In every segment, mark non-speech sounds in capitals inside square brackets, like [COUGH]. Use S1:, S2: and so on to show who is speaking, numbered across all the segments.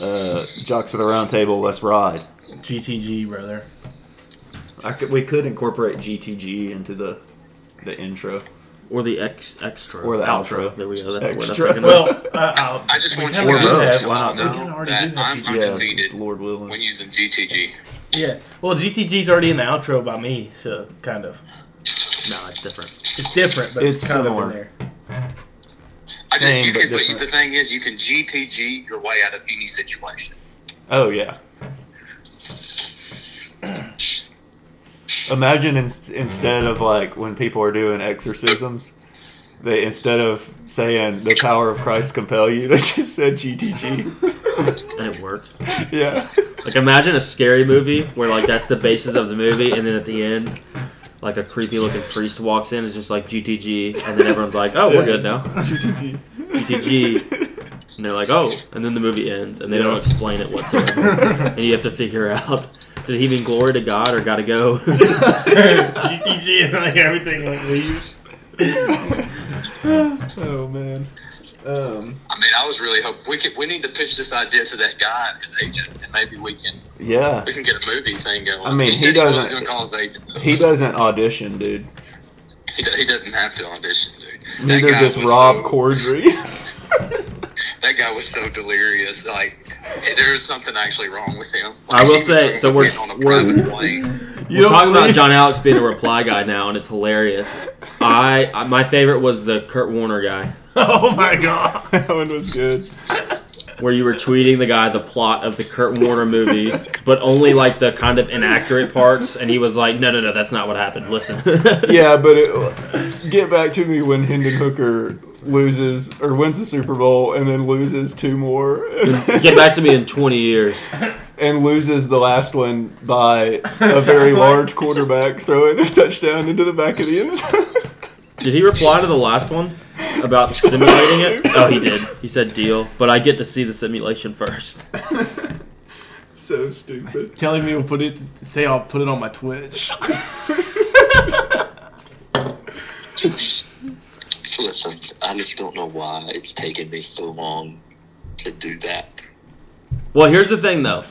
S1: uh, Jocks of the Round Table, let's ride.
S2: GTG, brother.
S1: I could, we could incorporate GTG into the the intro.
S3: Or the ex, extra.
S1: Or the outro.
S3: There we go. That's
S1: Extra.
S3: the word I'm thinking of.
S2: Well, uh, I'll,
S4: I just
S2: we
S4: want you
S2: kinda
S3: Or
S4: guys
S2: did that.
S4: to
S3: why
S4: all
S3: not?
S2: We kinda
S4: know
S2: already did
S4: that
S2: that.
S4: I'm, I'm
S1: Yeah,
S4: defeated
S1: Lord willing.
S4: when using GTG.
S2: Yeah. Well, GTG's already in the outro by me, so kind of.
S3: no, it's different.
S2: It's different, but it's,
S1: It's
S2: kind
S1: similar.
S2: of in there.
S4: I
S1: Same,
S4: just, you
S1: but
S4: can, but
S1: different.
S4: the thing is, you can GTG your way out of any situation.
S1: Oh yeah. Imagine in, instead of like when people are doing exorcisms, they instead of saying the power of Christ compel you, [LAUGHS] they just said GTG.
S3: And it worked.
S1: yeah.
S3: Like imagine a scary movie where like that's the basis of the movie, and then at the end, like a creepy looking priest walks in, it's just like GTG, and then everyone's like, oh, we're good now,
S1: GTG.
S3: GTG. and they're like, oh, and then the movie ends, and they don't
S1: Yeah.
S3: explain it
S1: [LAUGHS]
S3: whatsoever, and you have to figure out did he mean glory to God or gotta
S1: [LAUGHS]
S3: go?
S2: GTG and like everything like leaves.
S1: [LAUGHS] oh man. Um,
S4: I mean, I was really hoping we could. We need to pitch this idea to that guy and his agent, and maybe we can
S1: yeah.
S4: we can get a movie thing going.
S1: I mean, he
S4: said wasn't
S1: doesn't-
S4: gonna call his agent.
S1: He doesn't audition, dude.
S4: He, do- he doesn't have to audition, dude. That
S1: Neither
S4: guy
S1: does
S4: was
S1: Rob
S4: so-
S1: Corddry. [LAUGHS]
S4: That guy was so delirious. Like there was something actually wrong with him.
S3: I
S4: Like,
S3: will
S4: he was
S3: say,
S4: talking
S3: so
S4: about
S3: we're-
S4: being on a
S3: we're-
S4: private plane.
S3: We're talking about John Alex being a reply guy now, and it's hilarious. I I- my favorite was the Kurt Warner guy,
S2: [LAUGHS] Oh my god.
S1: That one was good.
S3: where you were tweeting the guy the plot of the Kurt Warner movie, but only like the kind of inaccurate parts, and he was like, "No, no, no, that's not what happened. Listen."
S1: yeah, but it, get back to me when Hendon Hooker loses or wins the Super Bowl and then loses two more
S3: Get back to me in 20 years.
S1: [LAUGHS] and loses the last one by a very large quarterback throwing a touchdown into the back of the end zone. [LAUGHS]
S3: Did he reply to the last one about simulating it? Oh, he did. He said deal, but I get to see the simulation first.
S1: so stupid.
S2: Telling me to put it say I'll put it on my Twitch.
S4: Listen, I just don't know why it's taken me so long to do that.
S3: Well, here's the thing though.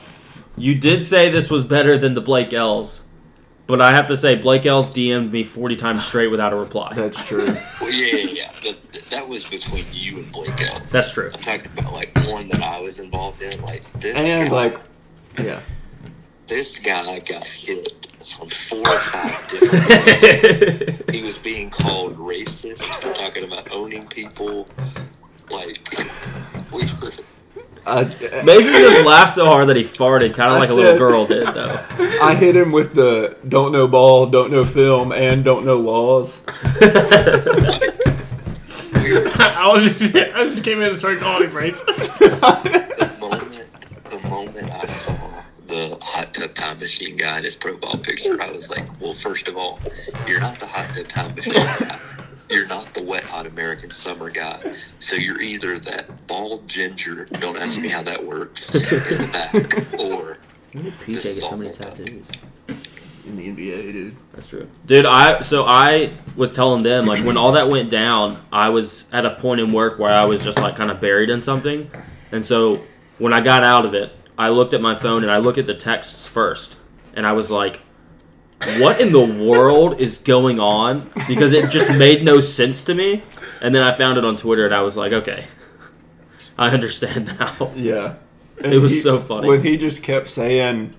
S3: You did say this was better than the Blake Ells, but I have to say Blake Ells DM'd me 40 times straight without a reply.
S1: That's true.
S4: Well, yeah, yeah, yeah. That, that was between you and Blake Ells.
S3: That's true. [LAUGHS]
S4: I'm talking about like one that I was involved in. Like this,
S1: And
S4: guy,
S1: like, yeah,
S4: this guy got hit from four or five different. [LAUGHS] he was being called racist. We're talking about owning people. Like [LAUGHS] we were.
S1: I,
S3: Mason just laughed so hard that he farted, kind
S1: I
S3: of like a
S1: said-
S3: little girl did,
S4: [LAUGHS]
S3: though.
S1: I hit him with the don't know ball, don't know film, and don't know laws.
S4: We were
S2: [LAUGHS] I was just I just came in and started calling
S1: [LAUGHS]
S2: him racist.
S4: the moment. The moment I saw the hot tub time machine guy in his profile picture, I was like, "Well, first of all, you're not the hot tub time machine guy. You're not the wet hot American summer guy. So you're either that bald ginger. Don't ask me how that works. In the back, or
S3: When did PJ
S4: get
S3: get
S4: so
S3: so
S4: many
S3: many
S4: tattoos?
S3: tattoos?
S1: In the NBA, dude.
S3: That's true, dude. I so I was telling them like when all that went down, I was at a point in work where I was just like kind of buried in something, and so when I got out of it, I looked at my phone and I looked at the texts first, and I was like, "What in the world is going on?" Because it just made no sense to me, and then I found it on Twitter and I was like, "Okay, I understand now."
S1: Yeah. And
S3: It was so funny.
S1: When he just kept saying,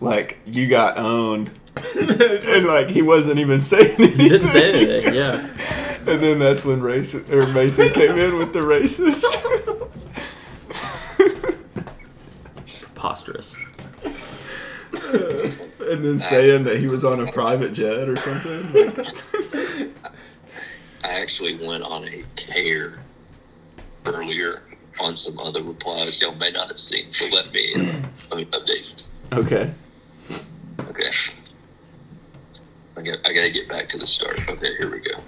S1: like, you got owned. and, like, he wasn't even saying anything.
S3: He didn't say anything. Yeah.
S1: And then that's when racist, or Mason came in with the racist. [LAUGHS]
S3: preposterous.
S1: and then saying that he was on a private jet or something. Like,
S4: I actually went on a tear earlier on some other replies y'all may not have seen, so let me, uh, let me update.
S1: okay.
S4: Okay. I got, I got to get back to the start. Okay, here we go.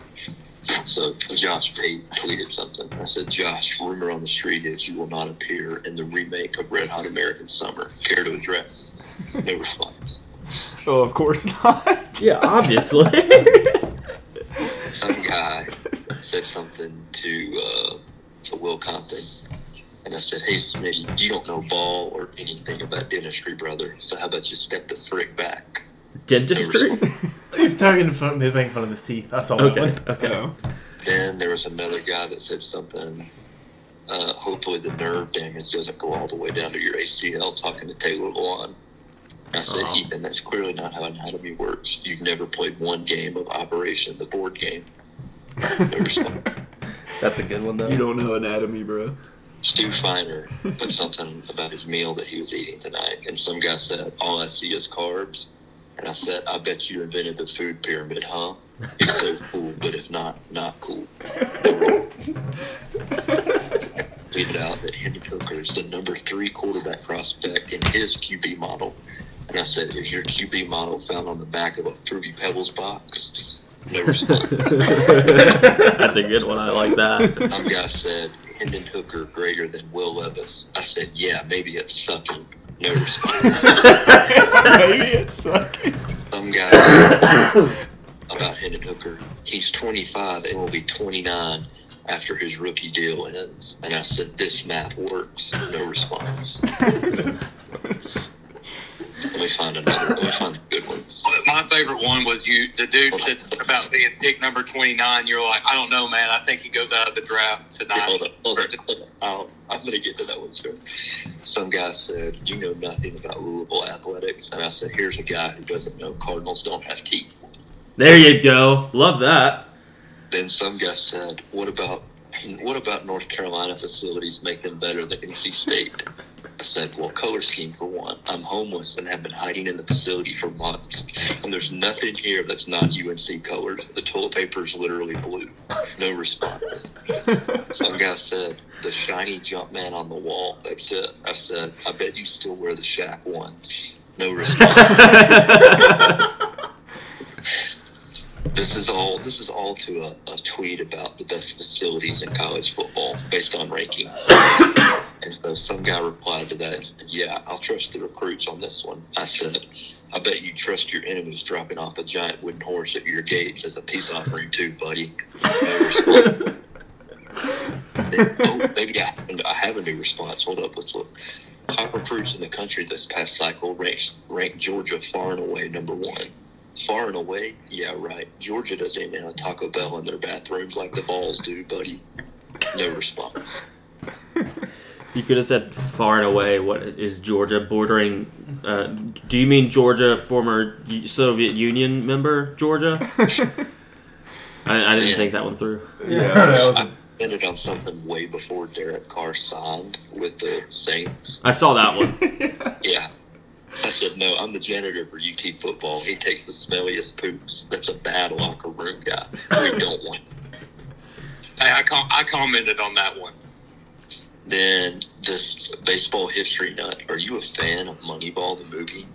S4: So Josh Pate tweeted something. I said, Josh, rumor on the street is you will not appear in the remake of Red Hot American Summer. Care to address? No response.
S1: Well, Oh, of course not.
S3: Yeah, [LAUGHS] obviously.
S4: some guy said something to uh, to Will Compton, And I said, Hey, Smitty, you don't know ball or anything about dentistry, brother. So how about you step the frick back?
S3: Dentistry?
S2: He's talking in front, making fun of his teeth. I saw that
S3: Okay. [LAUGHS]
S2: one.
S3: Okay.
S1: Oh.
S4: Then there was another guy that said something. Uh, hopefully, the nerve damage doesn't go all the way down to your ACL. Talking to Taylor Vaughn, I said,
S3: Uh-huh.
S4: Ethan, that's clearly not how anatomy works. You've never played one game of Operation, the board game.
S3: That's a good one though.
S1: you don't know anatomy,
S3: [LAUGHS]
S1: bro.
S4: Stu Finer put something about his meal that he was eating tonight, and some guy said, "All I see is carbs." And I said, "I bet you invented the food pyramid, huh? It's so cool, but if not, not cool." tweeted out that Henry Hooker is the number three quarterback prospect in his QB model, and I said, "Is your QB model found on the back of a Fruity Pebbles box?" No response.
S3: [LAUGHS] That's a good one. I like that. [LAUGHS]
S4: Some guy said Hendon Hooker greater than Will Levis. I said, yeah, maybe it's sucking. No response.
S1: Maybe
S2: [LAUGHS]
S1: it's sucking.
S4: Some guy said about Hendon Hooker, he's 25 and will be 29 after his rookie deal ends. And I said, this math works. No response. Let me find another. Let me find some good ones.
S5: But [LAUGHS] my favorite one was you, the dude said about being pick number twenty nine. You're like, I don't know, man. I think he goes out of the draft
S4: Yeah,
S5: tonight.
S4: hold up, hold up, hold up.
S5: "Oh,
S4: I'll, I'm going to get to that one soon. Some guy said, You know nothing about Louisville athletics. And I said, Here's a guy who doesn't know Cardinals don't have teeth.
S3: There you go. Love that. [LAUGHS]
S4: Then some guy said, What about [CLEARS THROAT] what about North Carolina facilities make them better than NC State? I said, Well, color scheme for one. I'm homeless and have been hiding in the facility for months. And there's nothing here that's not UNC colors. The toilet paper is literally blue. No response. Some guy said, The shiny jump man on the wall. That's it. I said, I bet you still wear the Shack ones. No response. This is all. This is all to a, a tweet about the best facilities in college football based on rankings. and so some guy replied to that. And said, yeah, I'll trust the recruits on this one. I said, I bet you trust your enemies dropping off a giant wooden horse at your gates as a peace offering too, buddy. No response. oh, maybe I, I have a new response. Hold up, let's look. Top recruits in the country this past cycle ranked ranked Georgia far and away number one. Far and away, yeah, right. Georgia doesn't even have Taco Bell in their bathrooms like the balls do, buddy. No response.
S3: You could have said far and away. What is Georgia bordering? Uh, do you mean Georgia, former U- Soviet Union member Georgia? I, I didn't think that one through.
S1: Yeah.
S2: that was a-
S4: Ended on something way before Derek Carr signed with the Saints.
S3: I saw that one.
S4: Yeah. I said, no, I'm the janitor for UT football. He takes the smelliest poops. That's a bad locker room guy.
S3: [LAUGHS]
S4: We don't want
S5: Hey, I com- I commented on that one.
S4: Then this baseball history nut. Are you a fan of Moneyball the movie?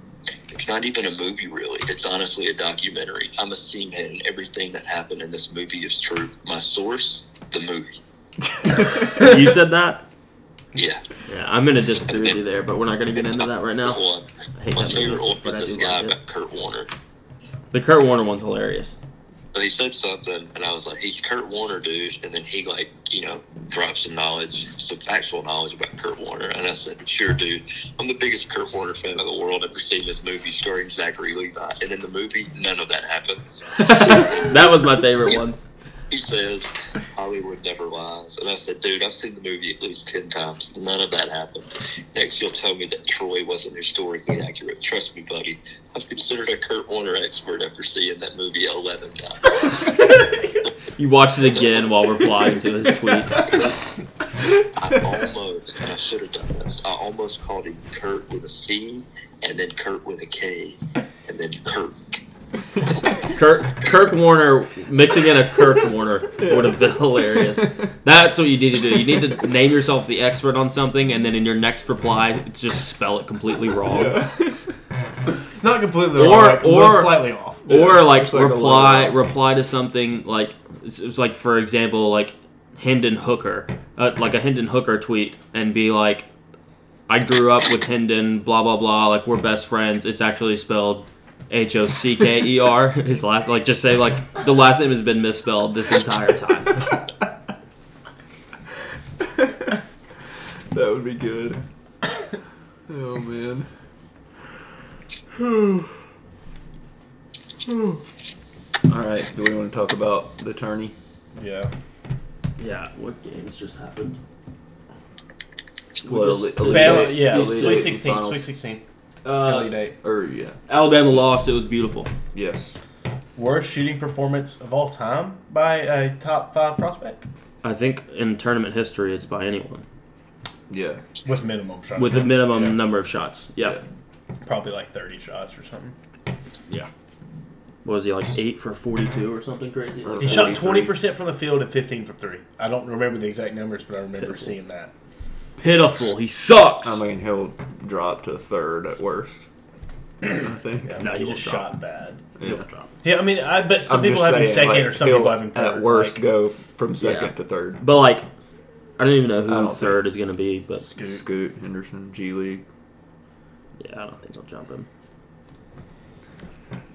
S4: It's not even a movie, really. It's honestly a documentary. I'm a seamhead, and everything that happened in this movie is true. My source, the movie.
S3: You said that.
S4: Yeah,
S3: Yeah, I'm gonna disagree with you there, but we're not gonna get into that right
S4: this
S3: now.
S4: one.
S3: I hate
S4: My
S3: that
S4: favorite
S3: movie,
S4: one
S3: but
S4: was
S3: I do
S4: this guy
S3: like it.
S4: about Kurt Warner.
S3: The Kurt Warner one's hilarious. [LAUGHS]
S4: So he said something, and I was like, "He's Kurt Warner, dude." And then he like, you know, dropped some knowledge, some factual knowledge about Kurt Warner. And I said, "Sure, dude. I'm the biggest Kurt Warner fan of the world. Ever seen this movie starring Zachary Levi?" And in the movie, none of that happens.
S3: that was my favorite one.
S4: He says, "Hollywood never lies." And I said, "Dude, I've seen the movie at least ten times. None of that happened." Next, you'll tell me that Troy wasn't historically accurate. Trust me, buddy. I've considered a Kurt Warner expert after seeing that movie eleven times.
S3: You watched it again while replying to his tweet.
S4: I almost, and I should have done this, I almost called him Kurt with a C, and then Kurt with a K, and then Kirk.
S3: Kirk, Kirk Warner mixing in a Kirk Warner would have been hilarious. That's what you need to do. You need to name yourself the expert on something, and then in your next reply, just spell it completely wrong,
S2: not completely
S3: Or-
S2: wrong, but
S3: or-
S2: slightly off.
S3: or like
S1: It's like a
S3: reply
S1: little-
S3: reply to something like it's, it's like for example like Hendon Hooker, uh, like a Hendon Hooker tweet, and be like, "I grew up with Hendon, blah blah blah. Like we're best friends. It's actually spelled." H O C K E R. [LAUGHS] His last, like, just say like the last name has been misspelled this entire time.
S1: [LAUGHS] That would be good. Oh man. [SIGHS] All right. Do we want to talk about the tourney?
S6: Yeah.
S3: Yeah, what games just happened?
S1: Well,
S3: just-
S1: Elite
S2: Bama-
S1: Eight-
S2: yeah,
S1: Elite Eight
S2: Sweet
S1: and
S2: 16.
S1: Final-
S2: Sweet 16.
S3: Uh,
S6: Elite Eight.
S1: Or yeah.
S3: Alabama lost. It was beautiful.
S1: Yes.
S2: Worst shooting performance of all time by a top five prospect?
S3: I think in tournament history, it's by anyone
S1: Yeah.
S2: With minimum shots.
S3: with a minimum
S2: Yeah.
S3: number of shots. Yeah.
S2: Probably like 30 shots or something.
S3: What was he like eight for forty-two or something crazy?
S1: Or-
S2: He shot
S1: 43.
S2: 20% from the field and 15 from three. I don't remember the exact numbers, but I remember
S3: Pitiful.
S2: seeing that.
S3: Pitiful. He sucks.
S1: I mean, he'll drop to third at worst. I think.
S2: Yeah,
S3: No,
S2: he
S3: he
S2: just
S3: won't drop.
S2: shot bad.
S3: He'll
S1: Yeah.
S3: drop.
S2: Yeah, I mean, I bet some
S1: I'm
S2: people
S1: just
S2: have him
S1: saying,
S2: second
S1: like,
S2: or some people
S1: he'll
S2: have him third.
S1: At worst,
S2: Like,
S1: go from second
S3: Yeah.
S1: to third.
S3: But like, I don't even know
S1: I
S3: who
S1: don't
S3: third is gonna be. But
S2: Scoot.
S1: Scoot Henderson, G League.
S3: yeah, I don't think they'll jump him.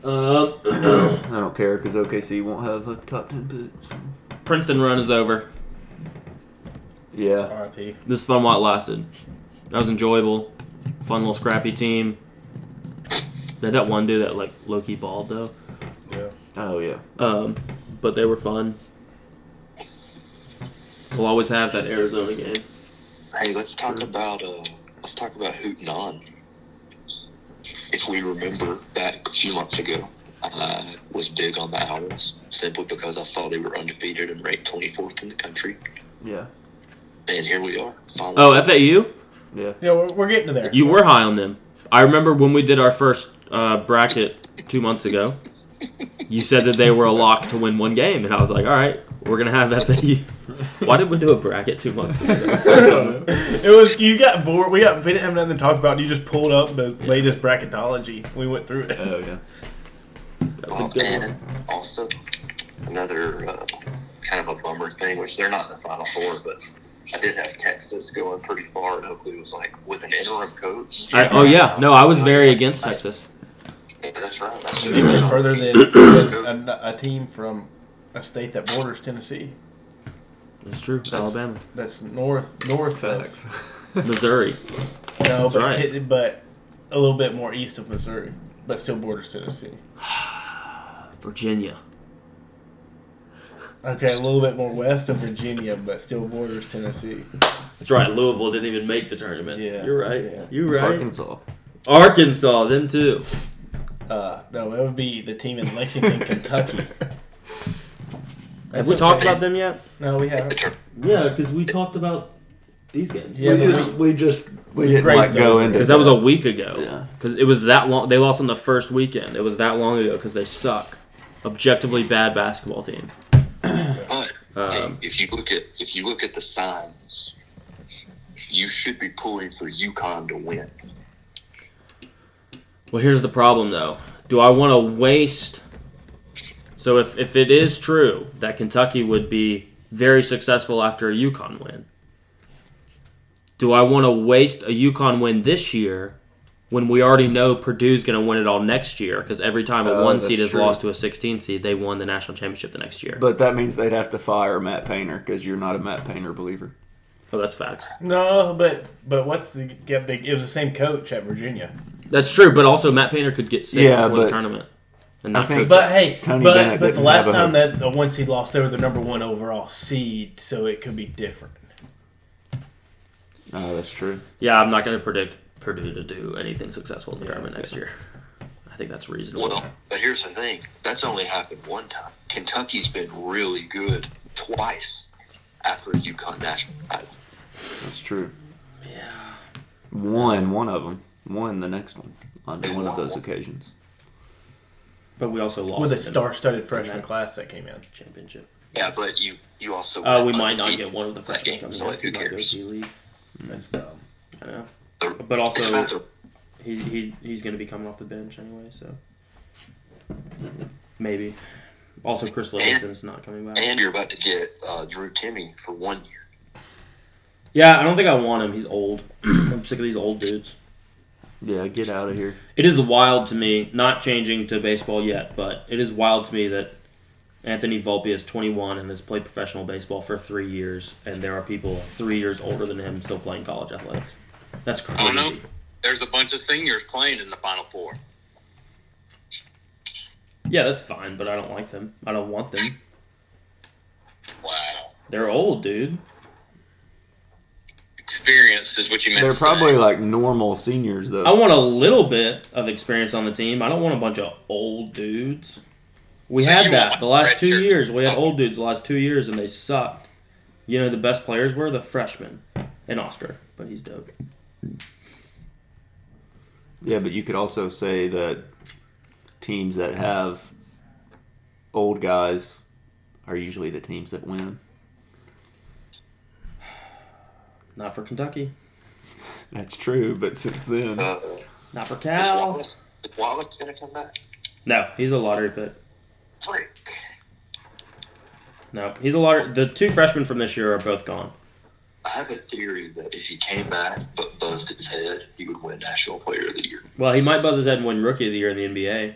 S3: Uh, [CLEARS THROAT]
S1: I don't care because OKC won't have a top ten pick.
S3: Princeton run is over.
S1: Yeah.
S2: RIP.
S3: This fun while it lasted. That was enjoyable. Fun little scrappy team. They had that one dude that like low key balled though.
S2: Yeah.
S1: Oh yeah.
S3: Um, but they were fun. We'll always have that Arizona game.
S4: Hey, let's talk about uh, let's talk about Hootin' On. If we remember back a few months ago, I was big on the Owls simply because I saw they were undefeated and ranked 24th in the country,
S1: Yeah.
S4: and here we are. Finally.
S3: Oh, FAU?
S1: Yeah.
S2: Yeah, we're, we're getting to there.
S3: You were high on them. I remember when we did our first uh, bracket two months ago.
S4: [LAUGHS]
S3: You said that they were a lock to win one game, and I was like, "All right, we're gonna have FAU." Why did we do a bracket two months ago?
S2: it was you got bored. We got we didn't have nothing to talk about. You just pulled up the latest bracketology. We went through it. [LAUGHS]
S1: Oh yeah.
S3: That
S4: Oh,
S3: was a good
S4: and
S3: one.
S4: also another uh, kind of a bummer thing, which they're not in the Final Four, but I did have Texas going pretty far, and Oakley was like with an interim coach.
S3: I, oh yeah, no, I was very against Texas.
S4: Yeah, that's right. That's
S2: You went further than a, a team from a state that borders Tennessee.
S3: That's true. Alabama,
S2: That's north north
S1: Facts. [LAUGHS]
S3: Missouri.
S2: of no,
S3: That's
S2: but,
S3: right.
S2: hit- but a little bit more east of Missouri, but still borders Tennessee.
S3: Virginia.
S2: Okay, a little bit more west of Virginia, but still borders Tennessee.
S3: That's right. Louisville didn't even make the tournament.
S2: Yeah.
S3: you're right.
S2: Yeah.
S3: You're right.
S1: Arkansas.
S3: Arkansas, them too.
S2: Uh, no, that would be the team in
S1: [LAUGHS]
S2: Lexington, Kentucky.
S3: Have
S2: That's
S3: we
S2: okay.
S3: talked about them yet?
S2: No, we haven't.
S3: Yeah, because we talked about these games.
S2: Yeah,
S1: we
S2: but
S1: just we just we didn't
S2: Grazed
S1: like go
S2: over.
S1: into
S3: Because that was a week ago.
S1: Yeah.
S3: Because it was that long. They lost on the first weekend. It was that long ago because they suck. Objectively bad basketball team.
S4: But
S3: Um,
S4: hey, if you look at if you look at the signs, you should be pulling for UConn to win.
S3: Well, here's the problem though. Do I want to waste? So if, if it is true that Kentucky would be very successful after a UConn win, do I want to waste a UConn win this year when we already know Purdue's going to win it all next year? Because every time a
S1: Oh,
S3: one seed
S1: that's
S3: is
S1: true.
S3: lost to a 16 seed, they won the national championship the next year.
S1: But that means they'd have to fire Matt Painter because you're not a Matt Painter believer.
S3: oh, that's facts.
S2: No, but but what's the yeah, they, it was the same coach at Virginia.
S3: That's true, but also Matt Painter could get sick
S1: Yeah,
S3: before
S1: but-
S3: the tournament. And
S1: I
S3: not
S1: think-
S3: coach.
S2: But hey,
S1: Tony
S2: but,
S1: Bennett
S2: but the
S1: didn't
S2: last
S1: have a
S2: time
S1: hoop.
S2: that the one seed lost, they were the number one overall seed, so it could be different.
S1: Oh, that's true.
S3: yeah, I'm not going to predict Purdue to do anything successful in the tournament next year. I think that's reasonable.
S4: Well, but here's the thing: that's only happened one time. Kentucky's been really good twice after a UConn national title.
S1: That's true.
S3: yeah.
S1: Won one of them. Won the next one on one of those occasions.
S3: But we also lost
S2: With
S3: in
S2: a
S3: the
S2: star-studded freshman
S3: Yeah.
S2: class that came in.
S3: championship.
S4: Yeah, but you you also
S3: Uh,
S4: went
S3: we might not
S4: undefeated.
S3: get one of the freshmen
S4: Okay,
S3: coming
S4: so,
S3: back.
S4: like, who
S3: He might go
S4: cares?
S3: G League.
S2: That's
S3: Mm.
S2: dumb.
S3: I know.
S4: The-
S3: But
S4: It's about
S3: also, uh,
S4: the
S3: he, he he's going to be coming off the bench anyway, so maybe. Also, Chris Livingston's not coming back.
S4: and you're about to get uh, Drew Timmy for one year.
S3: Yeah, I don't think I want him. He's old. [CLEARS THROAT] I'm sick of these old dudes.
S1: Yeah, get out of here.
S3: It is wild to me, not changing to baseball yet, but it is wild to me that Anthony Volpe is 21 and has played professional baseball for three years, and there are people three years older than him still playing college athletics. That's crazy.
S5: I don't know. There's a bunch of seniors playing in the Final Four.
S3: Yeah, that's fine, but I don't like them. I don't want them.
S5: Wow.
S3: They're old, dude.
S5: Experience is what you meant.
S1: They're
S5: to
S1: probably
S5: say.
S1: like normal seniors though.
S3: I want a little bit of experience on the team. I don't want a bunch of old dudes. We
S5: So you
S3: had
S5: want
S3: that the last two
S5: redshirt.
S3: years. We had old dudes the last two years, and they sucked. You know, the best players were the freshmen and Oscar, but he's dope.
S1: Yeah, but you could also say that teams that have old guys are usually the teams that win.
S3: Not for Kentucky.
S1: That's true, but since then,
S5: Uh,
S3: Not for
S5: is
S3: Cal.
S5: Wallace, is Wallace gonna come back?
S3: No, he's a lottery pick.
S5: Freak.
S3: No, he's a lottery. The two freshmen from this year are both gone.
S4: I have a theory that if he came back but buzzed his head, he would win National Player of the Year.
S3: Well, he might buzz his head and win Rookie of the Year in the NBA.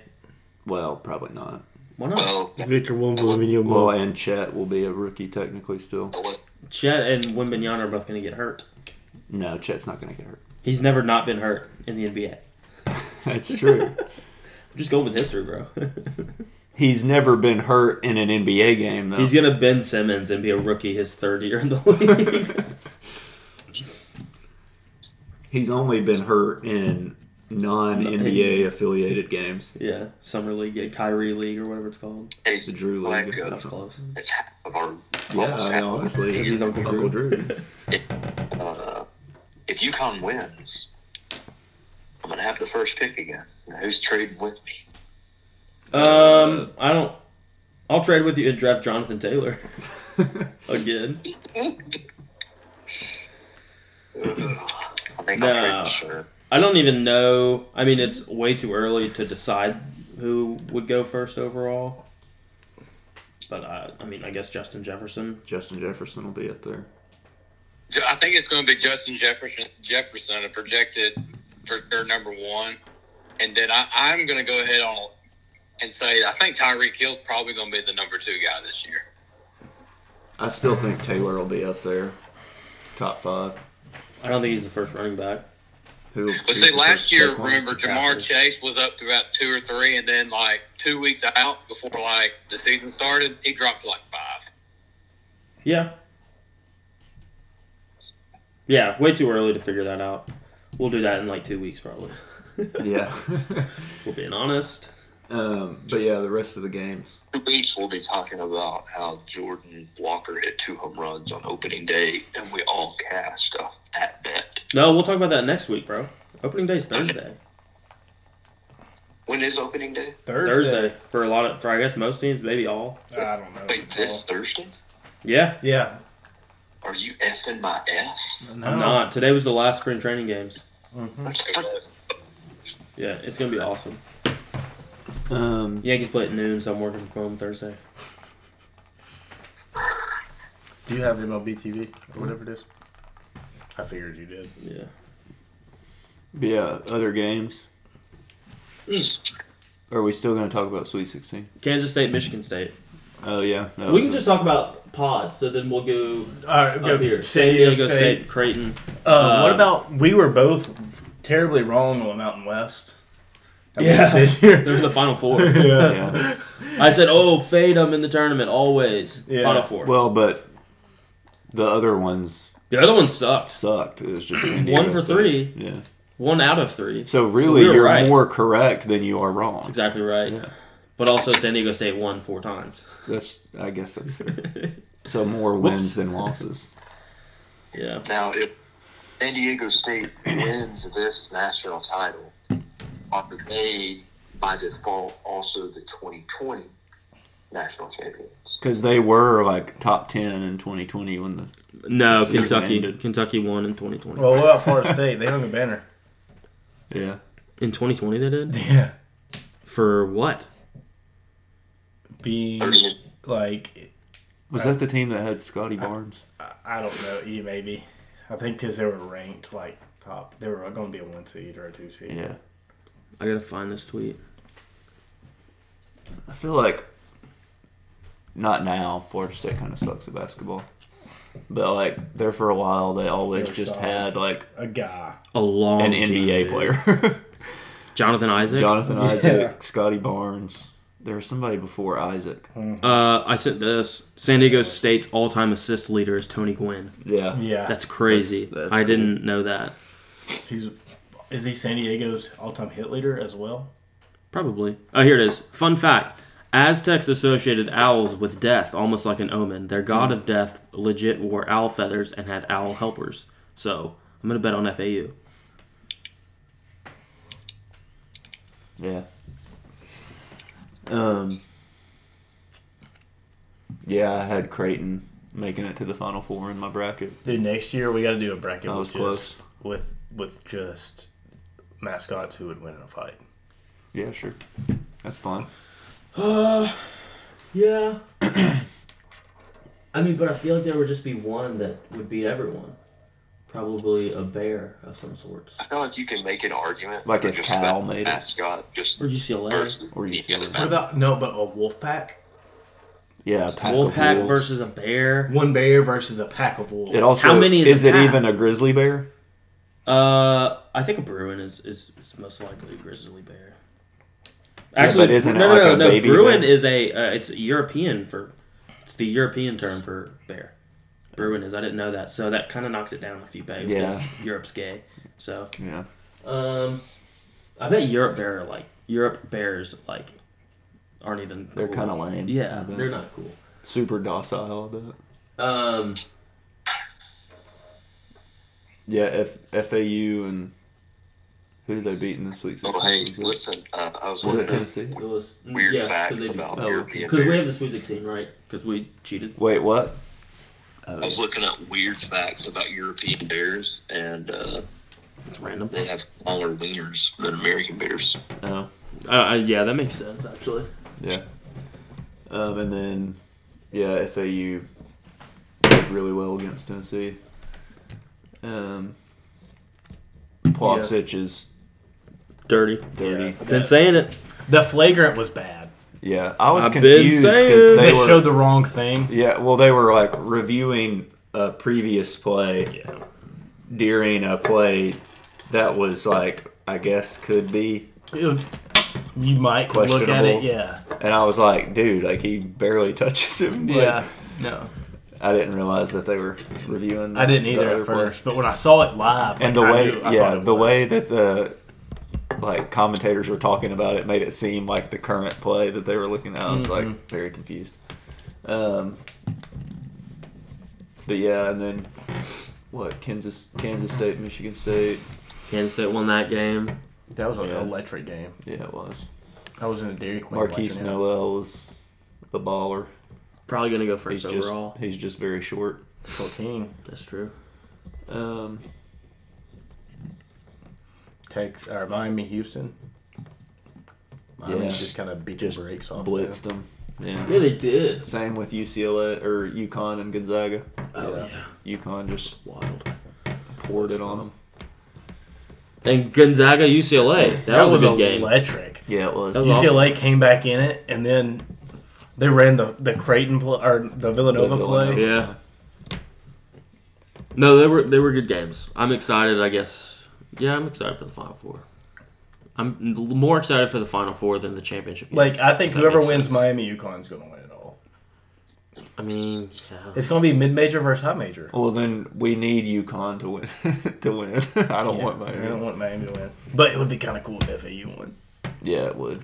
S1: well, probably not.
S3: Why not?
S4: Well, that
S6: Victor Wembanyama.
S1: Well, and Chet will be a rookie technically still.
S4: was
S3: Chet and Wimbenyana are both going to get hurt.
S1: No, Chet's not going to get hurt.
S3: He's never not been hurt in the NBA.
S1: [LAUGHS] That's true.
S3: Just go with history, bro. [LAUGHS]
S1: He's never been hurt in an NBA game though.
S3: He's gonna Ben Simmons and be a rookie his third year in the [LAUGHS] league.
S1: [LAUGHS] He's only been hurt in non NBA affiliated games. [LAUGHS]
S3: yeah, summer league, yeah, Kyrie league or whatever it's called.
S1: The Drew League.
S3: That was close.
S4: it's half of our
S1: Yeah, I know, honestly,
S3: He's Uncle Drew.
S4: uh, if UConn wins, I'm gonna have the first pick again. Now, who's trading with me?
S5: [LAUGHS]
S3: Um, I don't. I'll trade with you and draft Jonathan Taylor [LAUGHS] again.
S4: I think
S3: No.
S4: I'm pretty sure.
S3: I don't even know. I mean, it's way too early to decide who would go first overall. But uh, I, I mean, I guess Justin Jefferson.
S1: Justin Jefferson will be up there.
S5: Ju- I think it's going to be Justin Jefferson, Jefferson, a projected for their number one, and then I, I'm going to go ahead on and say I think Tyreek Hill's probably going to be the number two guy this year.
S1: I still think Taylor will be up there, top five.
S3: I don't think he's the first running back.
S1: Who?
S5: But
S1: who's
S5: see,
S1: the
S5: last
S1: first-
S5: year,
S1: Saquon?
S5: remember Jamar Chase was up to about two or three, and then like two weeks out before like the season started, he dropped to like five.
S3: Yeah. Yeah, way too early to figure that out. We'll do that in like two weeks, probably. [LAUGHS]
S1: Yeah. [LAUGHS]
S3: We're being honest.
S1: um, but yeah, the rest of the games.
S4: Two weeks we'll be talking about how Jordan Walker hit two home runs on opening day, and we all cast a at bet.
S3: No, we'll talk about that next week, bro. Opening day's Thursday.
S4: When is opening day?
S3: Thursday for a lot of for I guess most teams, maybe all.
S2: I don't know.
S4: Wait, this Thursday?
S3: Yeah,
S2: Yeah.
S4: Are you effing my ass?
S3: I'm not. Today was the last spring training games.
S2: Mm-hmm.
S4: That's freaking-
S3: Yeah, it's gonna be awesome.
S1: Um,
S3: Yankees play at noon, so I'm working from home Thursday.
S2: Do you have MLB TV or whatever it is? I figured you did.
S3: Yeah.
S1: but yeah, other games. Are we still going to talk about Sweet Sixteen?
S3: Kansas State, Michigan State.
S1: Oh yeah, that
S3: We
S1: was
S3: can
S1: a-
S3: just talk about pods, so then we'll go
S2: All right,
S3: up here. San Diego State, Creighton.
S2: Uh, what
S3: Um,
S2: about we were both terribly wrong on Mountain West? That was
S3: Yeah.
S2: this year.
S3: Those are the
S2: [LAUGHS]
S3: final [LAUGHS] four.
S1: Yeah.
S3: I said, "Oh, fade them in the tournament always."
S2: Yeah.
S3: Final four.
S1: Well, but the other ones
S3: the other one sucked.
S1: sucked. It was just San Diego
S3: One for
S1: State.
S3: three.
S1: Yeah.
S3: One out of three.
S1: So really,
S3: were
S1: you're
S3: right.
S1: more correct than you are wrong.
S3: Exactly right.
S1: Yeah.
S3: But also, San Diego State won four times. [LAUGHS]
S1: That's I guess that's fair. so more wins
S3: Whoops.
S1: than losses.
S3: Yeah.
S4: Now, if San
S1: [CLEARS THROAT]
S4: Diego State wins this national title, are they by default also the 2020 national champions?
S1: Because they were like top ten in 2020 when the
S3: No,
S1: Season
S3: Kentucky.
S1: ended.
S3: Kentucky won in 2020.
S2: Well, what about Florida State? They hung a banner.
S1: yeah
S3: in 2020, they did
S2: Yeah,
S3: for what?
S2: being like
S1: was that the team that had Scotty Barnes?
S2: I- I don't know, E maybe. I think because they were ranked like top, they were going to be a one seed or a two seed.
S1: Yeah,
S3: I gotta find this tweet.
S1: I feel like not now. Florida State kind of sucks at basketball, but like there for a while, they always
S2: They're
S1: just
S2: solid.
S1: had like
S2: A guy.
S3: A long
S1: an
S3: team,
S1: NBA
S3: dude.
S1: player,
S3: Jonathan
S1: [LAUGHS]
S3: Isaac.
S1: Jonathan
S2: Yeah.
S1: Isaac, Scotty Barnes. There was somebody before Isaac.
S3: Uh, I sent this. San Diego State's all-time assist leader is Tony Gwynn.
S1: Yeah,
S2: Yeah.
S3: That's crazy.
S1: That's- that's
S3: I
S1: cool.
S3: didn't know that.
S2: He's is he San Diego's all-time hit leader as well?
S3: Probably. Oh, here it is. Fun fact. Aztecs associated owls with death almost like an omen. Their god of death legit wore owl feathers and had owl helpers. So, I'm going to bet on FAU.
S1: yeah. Um. Yeah, I had Creighton making it to the Final Four in my bracket.
S2: Dude, next year we got to do a
S1: I
S2: bracket with
S1: was
S2: just
S1: close.
S2: with with just mascots who would win in a fight.
S1: Yeah, sure. That's fine.
S6: Uh,
S3: Yeah.
S6: [CLEARS THROAT] I mean, but I feel like there would just be one that would beat everyone. Probably a bear of some sorts.
S4: I feel like you can make an argument.
S1: Like
S4: for
S1: if
S4: just
S1: Cal
S4: about
S1: made it.
S4: mascot, just
S3: Or UCLA.
S4: versus
S1: Or you
S4: the other
S1: feel-
S2: What
S4: man.
S2: about no, but a wolf pack?
S1: Yeah, pack of
S3: Wolfpack
S1: wolves.
S3: versus a bear.
S2: One bear versus a pack of wolves.
S1: It also
S3: How many is
S1: is
S3: a
S1: it
S3: pack?
S1: even a grizzly bear?
S3: Uh, I think a Bruin is, is, is most likely a grizzly bear.
S1: Yeah,
S3: Actually,
S1: but isn't it
S3: no, no,
S1: like
S3: no,
S1: a
S3: no.
S1: baby
S3: Bruin
S1: bear?
S3: is a uh, it's European for it's the European term for bear. Bruin is. I didn't know that, so that kind of knocks it down a few pegs. 'cause
S1: Yeah.
S3: Europe's gay, so
S1: Yeah.
S3: um, I bet Europe bear like Europe bears like aren't even.
S1: They're
S3: cool.
S1: kinda lame.
S3: Yeah,
S1: I bet.
S3: they're not cool.
S1: Super docile. But
S3: Um,
S1: yeah, F- FAU and who did they beat in this week's?
S4: Oh, hey,
S1: Was it-
S4: listen, uh, I
S1: Was
S4: was
S1: it
S4: listening.
S1: Tennessee?
S3: it was
S4: Weird
S3: yeah, 'cause
S4: facts
S3: they do.
S4: about
S1: Oh,
S4: European
S3: Because we
S4: bears.
S3: have the Sweet 16, right? Because we cheated.
S1: Wait, what?
S4: I was looking up weird facts about European bears, and uh,
S3: It's random.
S4: they have smaller wingers than American bears.
S1: Oh,
S3: Uh, uh, yeah, that makes sense, actually.
S1: yeah. Um, and then yeah, FAU did really well against Tennessee. Um, Plavsic is
S3: Dirty.
S1: dirty.
S2: Yeah.
S3: Been saying it.
S2: the flagrant was bad.
S1: Yeah, I was
S3: I've been
S1: confused
S3: saying-
S1: because
S2: They,
S1: they were
S2: showed the wrong thing.
S1: Yeah, well, they were like reviewing a previous play
S2: Yeah.
S1: during a play that was like, I guess could be.
S2: It was- you might look at
S1: Questionable.
S2: it. Yeah.
S1: And I was like, dude, like he barely [LAUGHS] touches him. Like,
S2: No,
S1: I didn't realize that they were reviewing.
S2: I didn't
S1: the
S2: either
S1: other
S2: at
S1: play.
S2: first, but when I saw it live,
S1: And the
S2: like, I
S1: way,
S2: knew- I
S1: yeah,
S2: thought it
S1: the
S2: was.
S1: way that the like commentators were talking about it made it seem like the current play that they were looking at. I was
S2: Mm-hmm.
S1: like very confused. Um, but yeah, and then what? Kansas, Kansas State, Michigan State.
S3: Kansas State won that game.
S2: that was an
S1: yeah.
S2: electric game.
S1: Yeah, it was.
S2: I was in a Dairy Queen.
S1: Marquise
S2: watching it.
S1: Noel was a baller.
S3: Probably gonna go
S1: He's
S3: first
S1: just
S3: overall.
S1: he's just very short.
S2: 14
S3: That's true.
S1: Um,
S2: takes or Miami Houston. Miami
S1: Yeah.
S2: just kind of beat the
S1: Just
S2: brakes off.
S1: blitzed him.
S6: Yeah,
S1: Yeah.
S6: they did.
S1: Same with UCLA or UConn and Gonzaga.
S3: Oh
S2: Yeah.
S3: yeah.
S1: UConn just
S3: Wild.
S1: poured it on them.
S3: And Gonzaga UCLA. That,
S2: That,
S3: was,
S2: was,
S3: a good game.
S2: electric.
S1: Yeah, it was.
S3: That was
S2: UCLA came back in it, and then they ran the the Creighton pl- or the Villanova
S1: The Villanova.
S2: play.
S3: Yeah. No, they were they were good games. I'm excited. I guess. Yeah, I'm excited for the Final Four. I'm l- more excited for the Final Four than the championship. game.
S2: Like I think
S3: That
S2: whoever
S3: makes
S2: wins
S3: sense.
S2: Miami UConn's going to win it all.
S3: I mean, yeah.
S2: It's going to be mid major versus high major.
S1: Well, then we need UConn to win. [LAUGHS] to win, [LAUGHS] I don't want
S2: I don't
S1: Miami.
S2: want Miami to win, but it would be kind of cool if FAU won.
S1: Yeah, it would.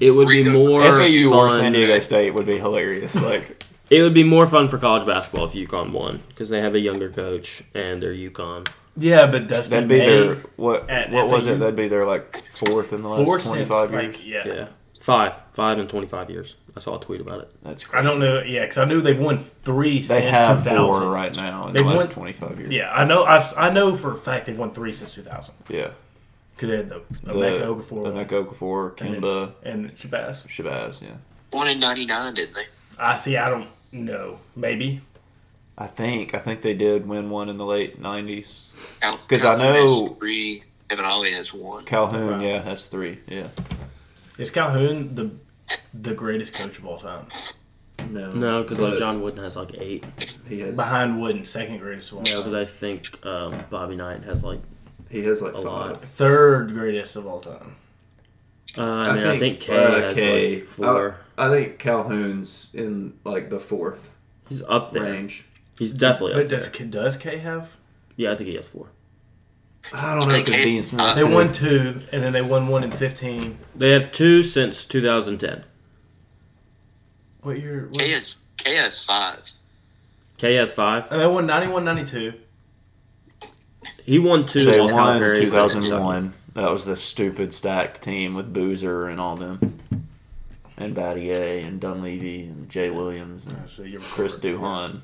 S3: it would be more
S1: FAU
S3: fun.
S1: or San Diego State would be
S3: [LAUGHS]
S1: hilarious. Like,
S3: It would be more fun for college basketball if UConn won because they have a younger coach and they're UConn.
S2: Yeah, but Dustin
S1: that'd be
S2: May
S1: their what?
S2: at
S1: What was
S2: FAU.
S1: it? That'd be their like fourth in the
S2: four
S1: last
S2: cents,
S1: twenty-five years.
S2: like, yeah.
S3: Yeah, five, five and twenty-five years. I saw a tweet about it.
S1: That's crazy.
S2: I don't know. Yeah, because I knew they've won three
S1: They
S2: since
S1: have
S2: 2000.
S1: four right now in
S2: They've
S1: the last
S2: won-
S1: 25 years.
S2: Yeah, I know. I, s- I know for a fact they've won three since 2000
S1: Yeah.
S2: because they had the
S1: The-
S2: Emeka Okafor one,
S1: Emeka Okafor, Kimba,
S2: and Shabazz.
S1: Shabazz, yeah.
S4: One in '99, didn't they?
S2: I see. I don't know. Maybe
S1: I think. I think they did win one in the late 90s.
S4: Cal-
S1: 'Cause I
S4: Calhoun has
S1: know-
S4: three. Evan Ollie has one.
S1: Calhoun,
S2: Wow.
S1: yeah, that's three. Yeah.
S2: is Calhoun the the greatest coach of all time?
S1: No.
S3: No, because like
S1: but
S3: John Wooden has like eight.
S1: He has,
S2: Behind Wooden, second greatest of all
S3: No,
S2: time.
S3: because I think um, Bobby Knight has like.
S1: he has like
S3: a
S1: five.
S3: lot.
S2: Third greatest of all time.
S3: Uh, I mean, I think, K
S1: uh,
S3: has
S1: K. Oh.
S3: like four.
S1: I, I think Calhoun's in like the fourth
S3: He's up there.
S1: range.
S3: He's definitely
S2: But
S3: up there.
S2: does does K have?
S3: Yeah, I think he has four.
S1: I don't know because
S5: Okay.
S1: Dean Smith.
S2: They
S1: did.
S2: won two, and then they won one in fifteen.
S3: They have two since 2010.
S2: What year? What,
S5: K has K has five.
S3: K has five.
S2: and they won 91, 92.
S3: He won two.
S1: They
S3: while Kyle
S1: won
S3: Perry
S1: in
S3: played for Kentucky.
S1: 2001. That was the stupid stacked team with Boozer and all them, and Battier and Dunleavy and Jay Williams and
S2: Oh, So you're
S1: Chris Duhon.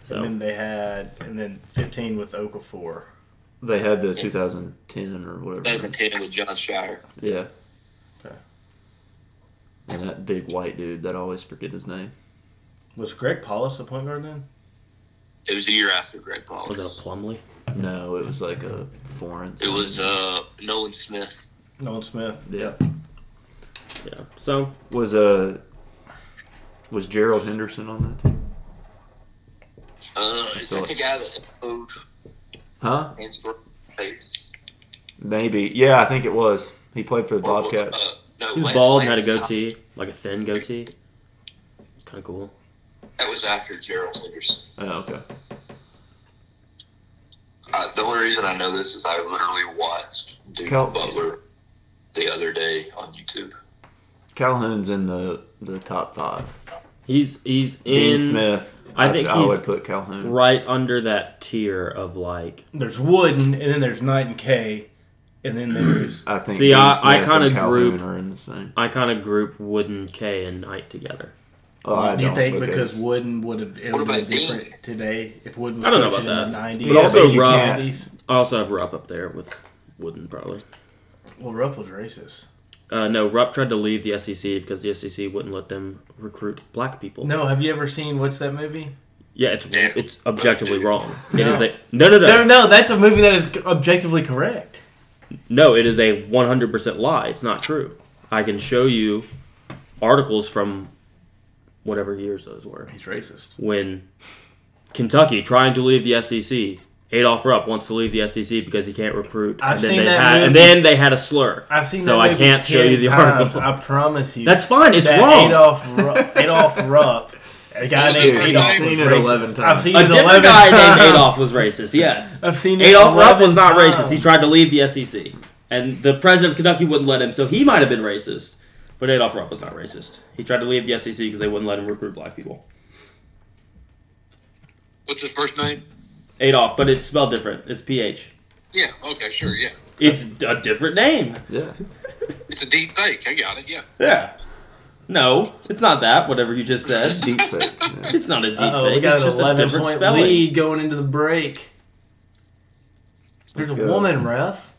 S3: So
S2: And then they had, and then fifteen with Okafor.
S1: They had the 2010 or whatever.
S5: 2010 with John Shire.
S1: Yeah.
S2: Okay.
S1: And that big white dude that I always forget his name.
S2: Was Greg Paulus the point guard then?
S5: It was the year after Greg
S3: was it
S5: Paulus.
S3: a Plumley?
S1: No, it was like a foreign.
S5: It was uh, Nolan Smith.
S2: Nolan Smith.
S1: Yeah.
S3: Yeah. So
S1: Was uh was Gerald Henderson on that team?
S5: Uh, is
S1: So-
S5: that the guy that owed
S1: Huh?
S5: Hansford Bates?
S1: Maybe. Yeah, I think it was. He played for the Bobcats.
S5: Uh, no,
S3: he was
S5: Lance-
S3: bald and had a
S5: Lance Thompson.
S3: goatee, like a thin goatee. Kind of cool.
S5: That was after Gerald Henderson.
S1: Oh, okay.
S5: Uh, the only reason I know this is I literally watched Duke
S1: Cal-
S5: Butler the other day on YouTube.
S1: Calhoun's in the the top five.
S3: He's he's
S1: Dean
S3: in
S1: Smith.
S3: I think
S1: I
S3: he's-
S1: would put Calhoun.
S3: right under that tier of like.
S2: There's Wooden, and then there's Knight and K, and then there's
S1: I think.
S3: See,
S1: Dean
S3: I-
S1: Smith
S3: I kinda
S1: and Calhoun
S3: group-
S1: Are in the same.
S3: I kind of group Wooden, K, and Knight together.
S1: Oh, [CLEARS THROAT] I
S2: Do you
S1: don't,
S2: think because Wooden would have it
S5: What
S2: would have
S5: about
S2: been
S5: Dean?
S2: different today if Wooden was
S3: I don't know
S2: coaching
S3: about
S2: in the
S3: that.
S2: nineties?
S3: But also
S1: you
S3: Rob-
S1: can't-
S3: I also have Rupp up there with Wooden probably.
S2: Well, Rupp was racist.
S3: Uh, no, Rupp tried to leave the SEC because the SEC wouldn't let them recruit black people.
S2: No, have you ever seen what's that movie?
S3: Yeah, it's
S5: Yeah.
S3: it's objectively wrong. It
S2: No.
S3: is a no, no,
S2: No,
S3: no,
S2: no, that's a movie that is objectively correct.
S3: no. It is a one hundred percent lie. It's not true. I can show you articles from whatever years those were
S2: He's racist.
S3: when Kentucky trying to leave the SEC. Adolph Rupp wants to leave the SEC because he can't recruit.
S2: I've
S3: and then
S2: seen
S3: they
S2: that
S3: had,
S2: movie.
S3: And then they had a slur.
S2: I've seen
S3: so
S2: that
S3: I
S2: movie
S3: can't show
S2: 10
S3: you the
S2: times,
S3: article.
S2: I promise you.
S3: That's fine. It's
S2: that
S3: wrong.
S2: Adolf Ru- Adolf Rupp, a guy
S5: Dude,
S2: named
S5: I've
S2: Adolf. was
S5: seen
S1: it
S2: racist.
S1: 11 times.
S2: I've seen
S3: a
S2: it
S3: different
S2: 11
S3: guy
S2: times.
S3: named Adolf was racist. Yes.
S2: I've seen it.
S3: Adolf Rupp
S2: 11
S3: was not
S2: times.
S3: racist. He tried to leave the SEC, and the president of Kentucky wouldn't let him, so he might have been racist. But Adolf Rupp was not racist. He tried to leave the SEC because they wouldn't let him recruit black people.
S5: What's his first name?
S3: Adolf, but it's spelled different. It's PH.
S5: Yeah, okay, sure, yeah.
S3: It's a different name.
S1: Yeah.
S5: It's a deep fake. I got it, yeah.
S3: Yeah. No, it's not that. Whatever you just said.
S1: Deep fake. Yeah.
S3: [LAUGHS] It's not a deep
S2: Uh-oh, we
S3: fake.
S2: got
S3: It's
S2: an
S3: just a
S2: 11
S3: different
S2: point
S3: spelling.
S2: lead going into the break. There's
S1: Let's
S2: a
S1: go.
S2: woman ref.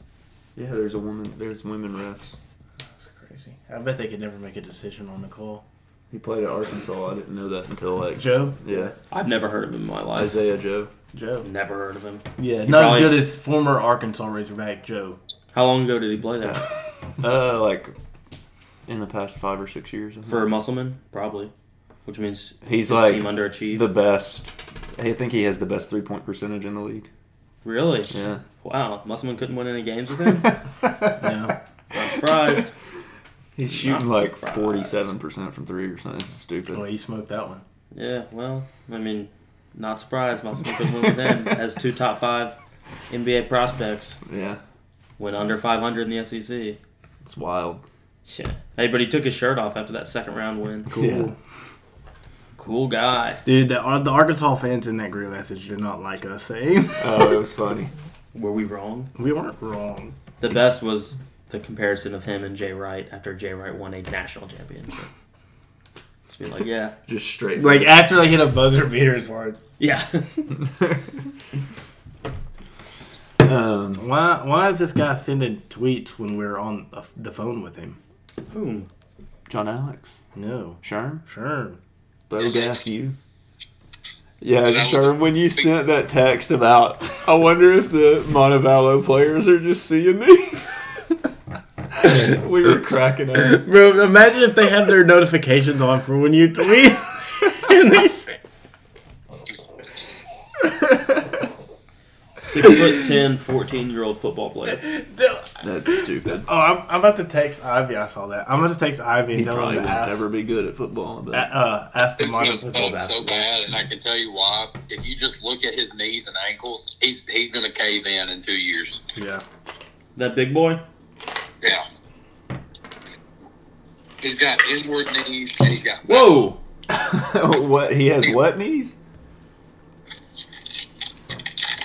S1: Yeah, there's a woman. There's women refs.
S2: That's crazy. I bet they could never make a decision on the call.
S1: He played at Arkansas. I didn't know that until like
S2: Joe?
S1: yeah,
S3: I've never heard of him in my life.
S1: Isaiah Joe.
S2: Joe.
S3: Never heard of him.
S2: Yeah,
S3: He
S2: not
S3: probably-
S2: as good as former Arkansas Razorback Joe.
S3: How long ago did he play that?
S1: Uh, like in the past five or six years. I think.
S3: For a Musselman, probably. Which means
S1: He's
S3: his
S1: like
S3: team underachieved.
S1: the best. I think he has the best three point percentage in the league.
S3: Really?
S1: Yeah.
S3: Wow, Musselman couldn't win any games
S1: [LAUGHS]
S3: with him.
S2: Yeah.
S3: Not surprised.
S1: He's shooting
S3: Not
S1: like
S3: surprised.
S1: forty seven percent from three or something. It's stupid.
S2: well, he smoked that one.
S3: Yeah, well, I mean, not surprised. Musselman couldn't win with them. Has two top five NBA prospects.
S1: Yeah.
S3: Went under 500 in the SEC.
S1: It's wild.
S3: Shit. Hey, but he took his shirt off after that second round win.
S1: Cool. Yeah.
S3: Cool guy.
S2: Dude, the, uh, the Arkansas fans in that group message did not like us. Same.
S1: Oh, it was funny.
S3: Were we wrong?
S2: [LAUGHS] we weren't wrong.
S3: The best was the comparison of him and Jay Wright after Jay Wright won a national championship. Just be like, yeah.
S1: Just straight.
S2: Like after they hit a buzzer beater, it's like
S3: Yeah.
S1: [LAUGHS] um,
S2: why why is this guy sending tweets when we're on the- the phone with him?
S3: [LAUGHS] Boom.
S1: John Alex
S2: No,
S1: Sherm.
S2: sure.
S1: Throw gas you. Yeah,
S5: That was-
S1: Sherm, when you sent that text about, I wonder if the Montevallo players are just seeing these. [LAUGHS] we were cracking up.
S2: Bro, imagine if they have their notifications on for when you tweet. [LAUGHS] and they say,
S3: Six foot 10, 14 year old football player.
S2: "Dude,
S1: That's stupid.
S2: Oh, I'm, I'm about to text Ivy. I saw that. I'm about to text Ivy and
S1: He
S2: tell
S1: probably
S2: him
S1: would
S2: to ask,
S1: never be good at football.
S2: a-
S1: But
S2: uh, ask the
S5: It's
S2: modern
S5: going to
S2: football
S5: suck so
S2: basketball.
S5: bad, and I can tell you why. If you just look at his knees and ankles, he's he's going to cave in in two years.
S2: Yeah. [LAUGHS]
S3: That big boy?
S5: Yeah. He's got inward knees, and he got
S3: Whoa!
S1: Uh, [LAUGHS] what he has what knees?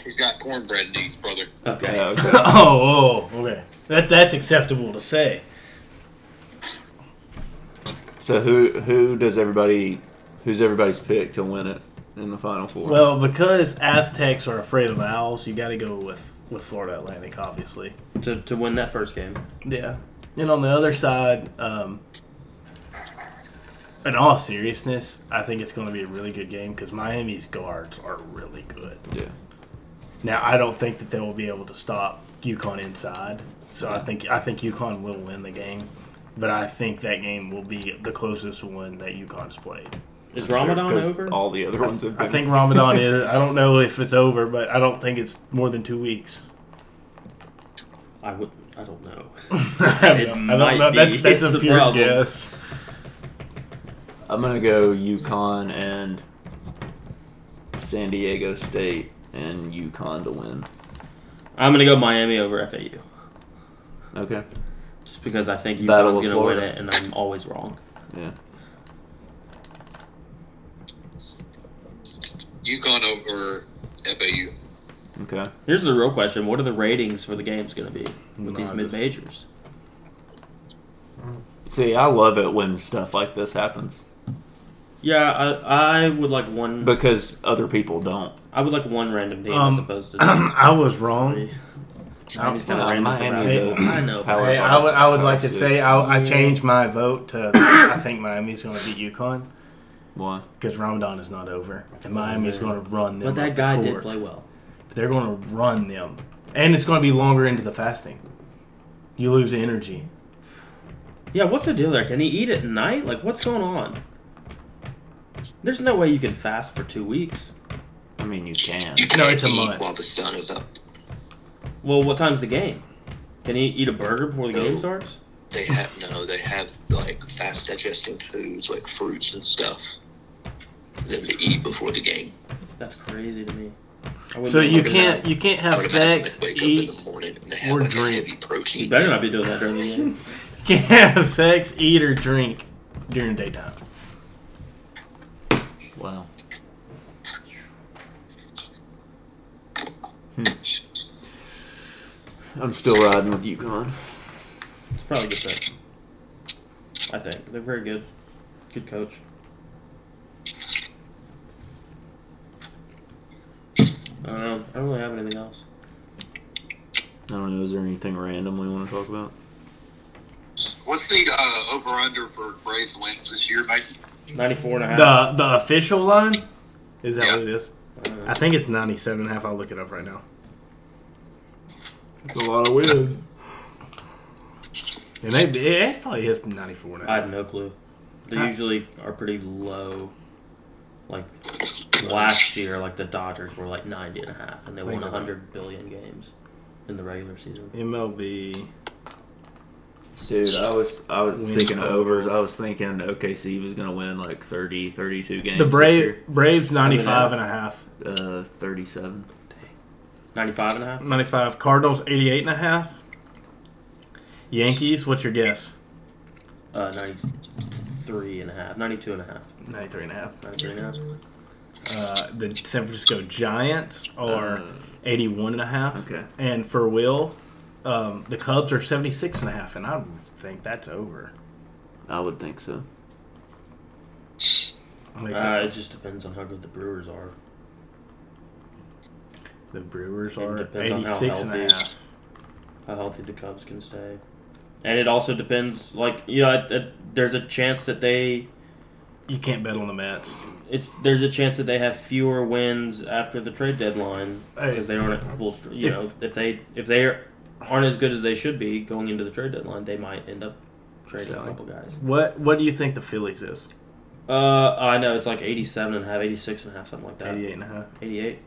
S5: he's got cornbread knees, brother.
S2: Uh,
S3: Okay.
S1: Yeah, okay.
S2: Oh, oh, okay. That that's acceptable to say.
S1: So who who does everybody who's everybody's pick to win it in the final four?
S2: Well, because Aztecs are afraid of owls, you got to go with with Florida Atlantic, obviously.
S3: To, to win that first game.
S2: Yeah. And on the other side, um, in all seriousness, I think it's going to be a really good game because Miami's guards are really good.
S1: yeah.
S2: Now, I don't think that they will be able to stop UConn inside, so I think I think UConn will win the game, but I think that game will be the closest one that UConn's played.
S3: Is Ramadan
S1: 'Cause
S3: over?
S1: All the other ones have been.
S2: I think Ramadan is. I don't know if it's over, but I don't think it's more than two weeks.
S3: I would. I don't know.
S2: I
S3: It
S2: don't
S3: might
S2: know.
S3: be.
S2: That's, that's
S3: It's
S2: a
S3: the
S2: pure
S3: problem.
S2: guess.
S1: I'm gonna go Yukon and San Diego State and Yukon to win.
S3: I'm gonna go Miami over FAU
S1: Okay.
S3: just because I think
S1: Battle
S3: UConn's
S1: of
S3: gonna
S1: Florida.
S3: win it, and I'm always wrong.
S1: Yeah.
S5: UConn over FAU.
S1: Okay.
S3: Here's the real question: What are the ratings for the games gonna be with these
S2: Nah,
S3: mid majors?
S1: See, I love it when stuff like this happens
S3: Yeah, I, I would like one.
S1: because other people don't.
S3: I would like one random team as
S2: Um, [CLEARS THROAT]
S3: opposed to.
S2: [CLEARS THROAT] I was wrong.
S3: three. Miami's kind of
S1: Uh,
S3: random. for
S1: Miami's
S3: basketball.
S1: a
S3: I know.
S1: power
S2: Hey, I would I would like to say I, I
S3: Yeah.
S2: changed my vote to I think Miami's going to beat UConn
S1: Why?
S2: because Ramadan is not over and Miami's
S3: Yeah.
S2: going to run them.
S3: but that
S2: up the
S3: guy did
S2: court.
S3: play well.
S2: They're going to run them, and it's going to be longer into the fasting. You lose energy.
S3: Yeah, what's the deal there? Can he eat at night? Like, what's going on? There's no way you can fast for two weeks.
S1: I mean, you can.
S5: You
S2: No,
S5: can't
S2: it's a
S5: eat
S2: month.
S5: While the sun is up,
S3: Well, what time's the game? Can he eat a burger before the
S5: No.
S3: game starts?
S5: they have no. They have like fast digesting foods like fruits and stuff that they eat before the game.
S3: That's crazy to me. I wouldn't
S2: So
S3: be-
S2: you can't you can't have
S5: But imagine
S2: sex,
S5: they wake up in
S2: eat,
S5: the morning and they have
S2: or
S5: like a
S2: drink.
S5: heavy
S3: You
S5: protein.
S3: better not be doing that during the game.
S2: [LAUGHS] can't have sex, eat or drink during daytime.
S1: Wow. Hmm. I'm still riding with UConn.
S3: It's probably a good pick. I think they're very good. Good coach. I don't know. I don't really have anything else.
S1: I don't know. Is there anything random we want to talk about?
S5: What's the uh, over under for Braves wins this year, Mason?
S3: 94 and a half.
S2: The the official line is that
S5: Yeah.
S2: what it is?
S3: I don't know.
S2: I think it's 97 and a half. I'll look it up right now.
S1: It's a lot of wins.
S2: It may be, it probably is 94 now.
S3: I have no clue. They
S2: Huh?
S3: usually are pretty low. Like last year, like the Dodgers were like 90 and a half, and they won
S2: Wait, no.
S3: 100 billion games in the regular season.
S2: MLB.
S1: Dude, I was I was
S2: Win
S1: speaking of
S2: totals.
S1: overs. I was thinking OKC was gonna win like 30, 32 games.
S2: The
S1: this
S2: Brave,
S1: year.
S2: Braves 95 and a half.
S1: uh, thirty-seven.
S3: 95 and a half?
S2: 95. Cardinals 88 and a half. Yankees, what's your guess?
S3: Uh, 93 and a half. 92 and a half.
S2: 93 and a half.
S3: 93 and a half.
S2: Uh, the San Francisco Giants are
S1: Uh.
S2: 81 and a half.
S1: Okay.
S2: And for Will, um, the Cubs are 76 and a half, and I think that's over.
S1: I would think so.
S2: Like,
S3: Uh, it just depends on how good the Brewers are.
S2: the Brewers
S3: it
S2: are
S3: depends on how
S2: 86 and a
S3: healthy.
S2: half.
S3: how healthy the Cubs can stay. And it also depends, like you know, it, it- there's a chance that they
S2: You can't bet on the Mets.
S3: it's there's a chance that they have fewer wins after the trade deadline
S2: Hey.
S3: because they aren't at full. str- You
S2: If-
S3: know, if they if they aren't as good as they should be going into the trade deadline, they might end up trading a
S2: Selling.
S3: couple guys.
S2: What What do you think the Phillies is?
S3: Uh, I know it's like 87 and a half, 86 and a half, something like that. 88.
S2: 88 and a half.
S3: 88.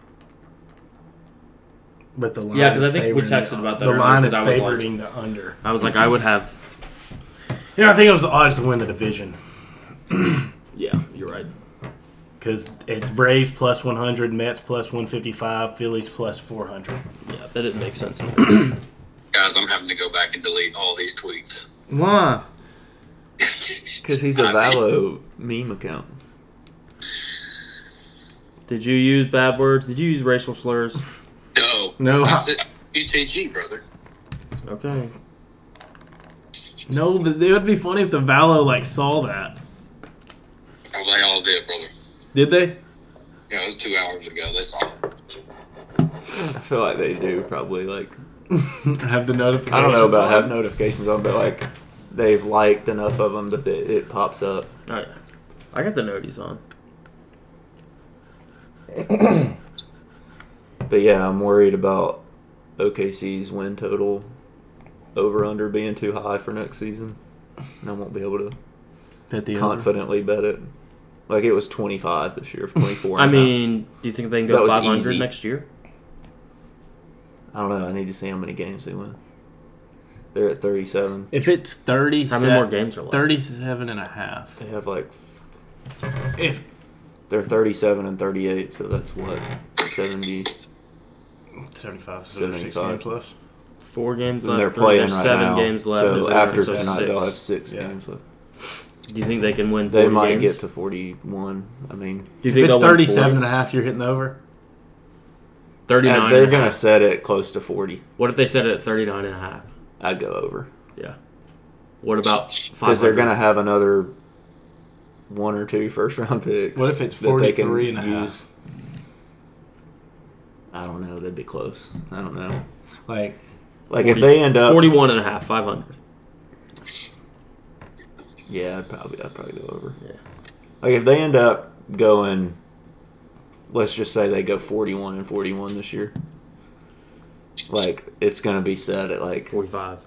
S2: But the line
S3: Yeah,
S2: is
S3: 'cause I think we
S2: favoring
S3: texted
S2: the-
S3: about that
S2: The
S3: earlier,
S2: line
S3: 'cause
S2: is
S3: I was like-
S2: favoring the under.
S3: I was like, I would have.
S2: Yeah, I think it was the odds to win the division [CLEARS THROAT]
S3: Yeah, you're right.
S2: because it's Braves plus 100, Mets plus 155, Phillies plus 400.
S3: Yeah, that didn't make sense.
S5: Guys, I'm having to go back and delete all these tweets.
S1: Why? Because he's a
S5: I mean-
S1: Valo meme account.
S3: [COUGHS] Did you use bad words? Did you use racial slurs?
S5: No.
S4: [LAUGHS]
S2: No,
S5: I
S2: I-
S5: said UTG, brother.
S3: Okay.
S2: No, but it would be funny if the Valo like saw that.
S5: Oh, they all did, brother.
S2: Did they? [LAUGHS]
S5: Yeah, it was two hours ago. They saw it.
S1: I feel like they do probably like
S2: Have the notification.
S1: I don't know about have notifications on, but like they've liked enough of them that it, it pops up.
S3: Oh, yeah. I got the noties on.
S1: But yeah, I'm worried about OKC's win total over under being too high for next season, and I won't be able to
S2: At the over.
S1: confidently bet it. Like it was 25 this year, [LAUGHS] 24.
S3: I
S1: and
S3: mean, do you think they can
S1: That
S3: go
S1: was
S3: 500
S1: easy.
S3: next year?
S1: I don't know. I need to see how many games they win. They're at 37.
S2: If it's 30,
S3: How many more games are left?
S2: 37 and a half.
S1: They have like
S2: If
S1: they're 37 and 38, so that's what 70.
S2: 75,
S1: 75.
S2: 76 games left.
S3: Four games
S1: And
S3: left.
S1: they're
S3: three-
S1: playing right
S3: there's seven
S1: now.
S3: games left.
S1: So
S3: There's
S1: after
S3: so
S1: tonight, they'll have six
S2: Yeah.
S1: games left.
S3: Do you think they can win? 40
S1: They might
S3: games?
S1: get to 41. I mean,
S3: Do you
S2: If it's
S3: they'll win
S2: 37 and
S3: 40?
S2: a half, you're hitting the over.
S1: and
S3: 39
S1: they're
S3: and a
S1: gonna
S3: half.
S1: set it close to 40.
S3: What if they said it at 39 and a half?
S1: I'd go over
S3: Yeah. What about
S1: because they're
S3: 500?
S1: gonna have another one or two first round picks.
S2: What if it's
S1: that they can
S2: 43 and a half?
S1: I don't know. That'd be close. I don't know.
S2: Like,
S1: Like if they end up
S3: 41 and a half, 500.
S1: Yeah, I'd probably I'd probably go over.
S3: Yeah.
S1: Like if they end up going let's just say they go 41 and 41 this year. Like it's going to be set at like
S3: 45.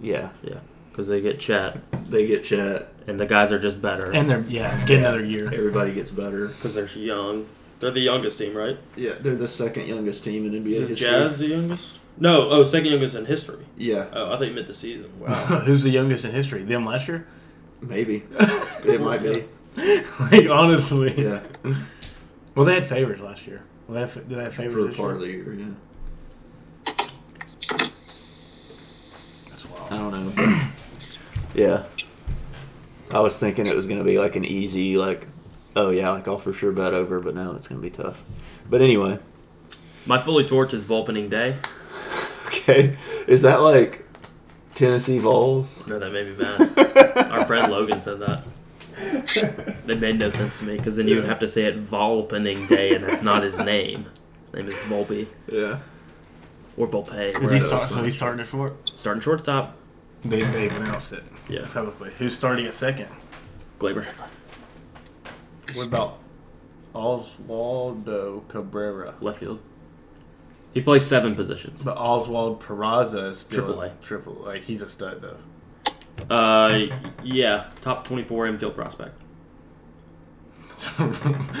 S1: yeah,
S3: Yeah. Because they get chat,
S1: they get chat,
S3: and the guys are just better.
S2: and they're, yeah, get another year.
S1: everybody gets better.
S3: Because they're young. They're the youngest team, right?
S1: Yeah, they're the second youngest team in NBA history.
S3: the youngest? No, oh, second youngest in history.
S1: Yeah,
S3: Oh, I thought you meant the season.
S2: [LAUGHS] Who's the youngest in history? Them last year?
S1: maybe. [LAUGHS] It might be.
S2: [LAUGHS] like, honestly.
S1: Yeah.
S2: Well, they had favors last year. Well, they had, did they have favors
S1: For
S2: this
S1: part of
S2: year?
S1: the year, yeah.
S2: That's wild.
S1: I don't know. [CLEARS THROAT] but- yeah. I was thinking it was going to be like an easy, like, oh yeah, like I'll for sure bet over, but now it's going to be tough. But anyway,
S3: [LAUGHS] My fully torch is Vulpening Day.
S1: [LAUGHS] okay. Is that like Tennessee
S3: [LAUGHS]
S1: Vols?
S3: No, that made me mad. [LAUGHS] Our friend Logan said that.
S2: [LAUGHS]
S3: It made no sense to me because then you would have to say it Volpening Day, and that's not his name. His name is Volpe
S1: Yeah.
S3: or Volpe.
S2: Is he
S1: Right,
S2: start,
S1: that's
S2: so
S1: fine.
S2: he's starting at four?
S3: starting shortstop?
S2: They, they've announced it
S3: Yeah,
S2: publicly. Who's starting at second?
S3: Glaber.
S2: What about Oswaldo Cabrera?
S3: left field. He plays seven positions.
S2: But Oswald Peraza is still
S3: Triple A.
S2: Triple. Like he's a stud though.
S3: Uh, yeah, top twenty-four infield prospect.
S1: [LAUGHS]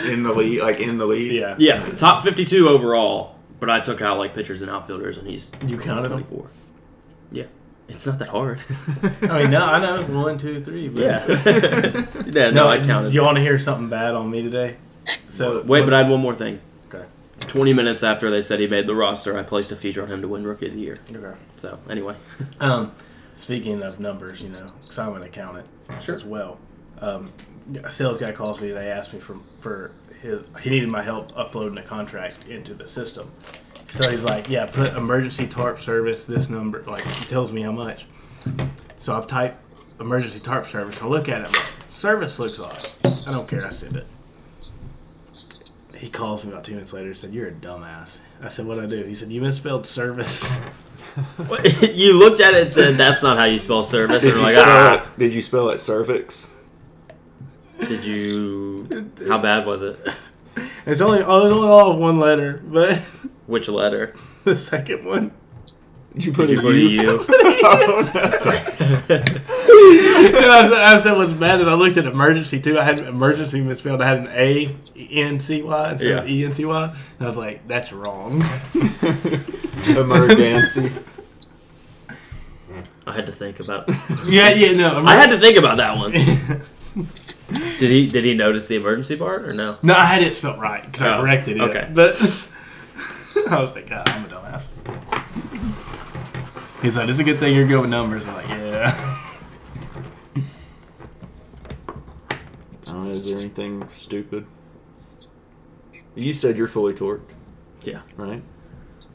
S1: In the league, like in the league.
S2: yeah.
S3: Yeah, top fifty-two overall. But I took out like pitchers and outfielders, and he's
S2: You counted him?
S3: twenty-four. Yeah, it's not that hard. [LAUGHS]
S2: I mean, no, I know one, two, three. But
S3: yeah,
S2: [LAUGHS]
S3: yeah. No, I counted.
S2: You want to hear something bad on me today? So
S3: Wait, but I had one more thing.
S2: Okay.
S3: Twenty minutes after they said he made the roster, I placed a feature on him to win Rookie of the Year.
S2: Okay.
S3: So anyway, [LAUGHS]
S2: Um, speaking of numbers, you know, because I'm an accountant as well. Um, a sales guy calls me. They asked me for for his. He needed my help uploading a contract into the system. So he's like, "Yeah, put emergency tarp service this number." Like he tells me how much. So I've typed emergency tarp service. I look at it. I'm like, service looks odd. I don't care. I send it. He calls me about two minutes later and said, You're a dumbass. I said, What'd I do? He said, You misspelled service. [LAUGHS]
S3: you looked at it and said, "That's not how you spell service."
S1: Did
S3: And
S1: you,
S3: we're like,
S1: spell
S3: ah.
S1: it, did you spell it cervix?
S3: Did you? How bad was it?
S2: It's only oh, it's only all one letter, but [LAUGHS]
S3: Which letter?
S2: the
S3: [LAUGHS]
S2: second one.
S1: Did you put
S3: Did
S1: a
S3: you put a
S1: U?
S3: U?
S1: Oh, no.
S2: And
S1: [LAUGHS]
S2: I said, I said what's bad is I looked at emergency too. I had emergency misspelled. I had an A N C Y instead of E N C Y, and I was like, that's
S3: [LAUGHS]
S2: wrong.
S1: Emergency.
S3: [LAUGHS] I had to think about. It.
S2: yeah, yeah, no.
S3: I had to think about that one. Did he did he notice the emergency part or no?
S2: [LAUGHS] no, I had it spelled right because I
S3: Oh,
S2: corrected it.
S3: okay.
S2: but [LAUGHS] I was like, God, I'm a dumbass. He's like, it's a good thing you're good with numbers. I'm like, yeah. [LAUGHS]
S1: I don't know. Is there anything stupid? You said you're fully torqued.
S3: Yeah.
S1: Right.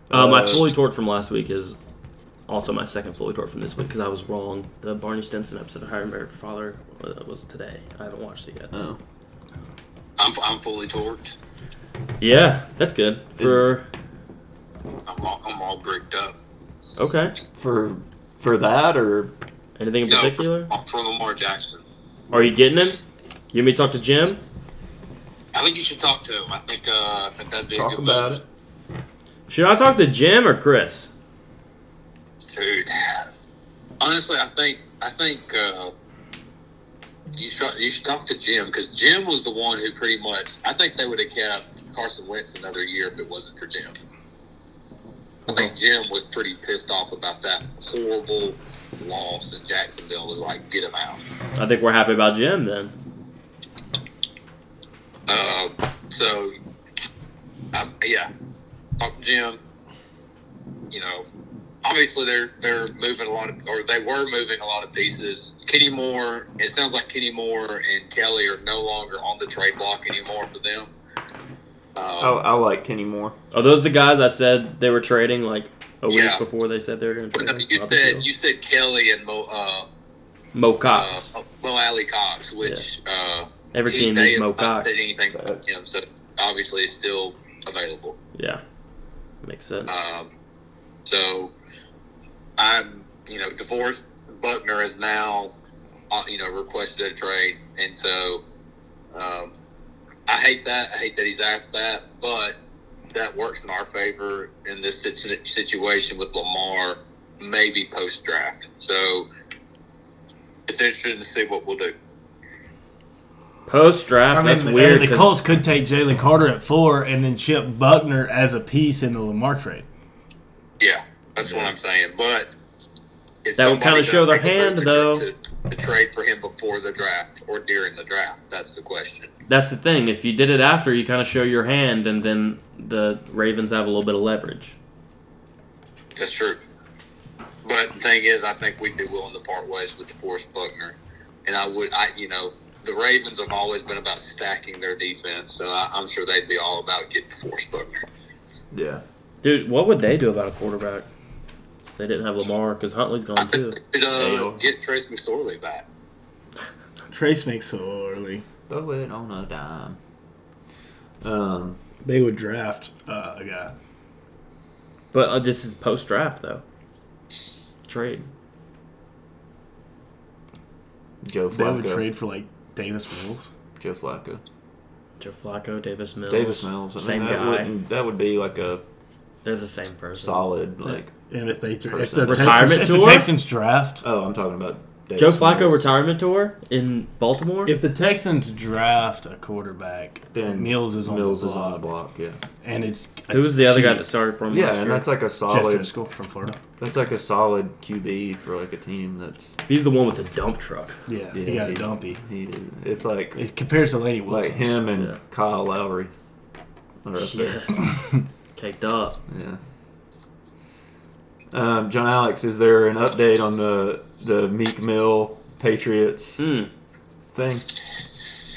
S3: Uh, my
S1: Uh,
S3: fully torqued from last week is also my second fully torqued from this week because I was wrong. The Barney Stinson episode of How I Met Your Father uh, was today. I haven't watched it yet.
S1: Oh.
S4: I'm, I'm fully torqued.
S3: Yeah, that's good. For
S4: I'm all, I'm all bricked up.
S3: okay,
S1: For for that or
S3: anything in
S4: No,
S3: particular?
S4: for- for Lamar Jackson.
S3: Are you getting him? You want me to talk to Jim?
S4: I think you should talk to him. I think, uh, I think that'd be a
S1: talk
S4: good
S1: about
S4: move.
S1: it.
S3: Should I talk to Jim or Chris?
S4: Dude, honestly, I think I think uh, you should you should talk to Jim because Jim was the one who pretty much I think they would have kept Carson Wentz another year if it wasn't for Jim. I think Jim was pretty pissed off about that horrible loss, and Jacksonville was like, "Get him out."
S3: I think we're happy about Jim then.
S4: Uh, so, um, yeah, talk to Jim. You know, obviously they're they're moving a lot of, or they were moving a lot of pieces. Kenny Moore. It sounds like Kenny Moore and Kelly are no longer on the trade block anymore for them.
S1: I,
S3: Oh,
S4: Um,
S1: I like Kenny Moore.
S3: Are those the guys I said they were trading like a week
S4: Yeah.
S3: before they said they were going to trade?
S4: you
S3: Robert
S4: said
S3: Fields?
S4: you said Kelly and Mo uh,
S3: Mo
S4: uh,
S3: Cox.
S4: Mo Alley Cox, which uh,
S3: Every
S4: he-
S3: team
S4: they
S3: needs
S4: have
S3: Mo
S4: not
S3: Cox.
S4: Said anything about him, so obviously it's still available.
S3: Yeah, makes sense.
S4: Um, so I'm, you know, divorced. Buckner is now, uh, you know, requested a trade, and so um, I hate that. I hate that he's asked that, but that works in our favor in this situ- situation with Lamar, maybe post draft. So it's interesting to see what we'll do.
S3: Post draft, that's
S2: the,
S3: weird.
S2: the
S3: 'cause-
S2: Colts could take Jalen Carter at four and then ship Buckner as a piece in the Lamar trade.
S4: Yeah, that's what I'm saying. But it's
S3: That would
S4: somebody
S3: kinda show their
S4: gonna make a
S3: hand,
S4: move
S3: though.
S4: To, to trade for him before the draft or during the draft. That's the question.
S3: That's the thing. If you did it after, you kind of show your hand, and then the Ravens have a little bit of leverage.
S4: That's true. But the thing is, I think we'd be willing to part ways with DeForest Buckner, and I would, I you know, the Ravens have always been about stacking their defense, so I, I'm sure they'd be all about getting DeForest Buckner.
S1: Yeah.
S3: Dude, what would they do about a quarterback? if They didn't have Lamar because Huntley's
S4: I
S3: gone too.
S4: [LAUGHS] think they'd, uh,
S1: Ayo.
S4: get Trace McSorley back.
S2: Trace McSorley.
S1: Throw it on a dime. Um.
S2: They would draft uh, a guy.
S3: But uh, this is post draft though. Trade.
S1: Joe
S2: They would
S1: Flacco.
S2: trade for like Davis Mills.
S1: Joe Flacco.
S3: Joe Flacco, Davis Mills.
S1: Davis Mills. I mean,
S3: same
S1: that
S3: guy.
S1: Wouldn't, that would be like a
S3: They're the same person.
S1: solid like.
S2: And if they if the
S1: Person.
S2: Texans-
S3: Retirement
S2: if the
S3: tour?
S2: Texans draft,
S1: Oh, I'm talking about. Davis
S3: Joe Flacco
S1: Mills.
S3: retirement tour in Baltimore.
S2: if the Texans draft a quarterback,
S1: Then
S2: Mills is on
S1: Mills
S2: the
S1: is on the
S2: block,
S1: block. Yeah.
S2: and it's
S3: Who was the other guy that started for him
S1: Yeah,
S3: last
S1: and
S3: year?
S1: that's like a
S2: Jeff
S1: solid.
S2: Driscoll from Florida?
S1: That's like a solid QB for like a team that's.
S3: He's the one with the
S1: [LAUGHS]
S3: dump truck.
S1: Yeah,
S2: Yeah, he got a
S1: he-
S2: dumpy.
S1: He, it's like
S2: It compares to Lady Wilson.
S1: like him and
S3: Yeah.
S1: Kyle Lowry. Are up there.
S3: Yes.
S1: [LAUGHS]
S3: Caked up.
S1: Yeah. Um, John Alex, is there an update on the the Meek Mill Patriots
S3: Hmm.
S1: thing?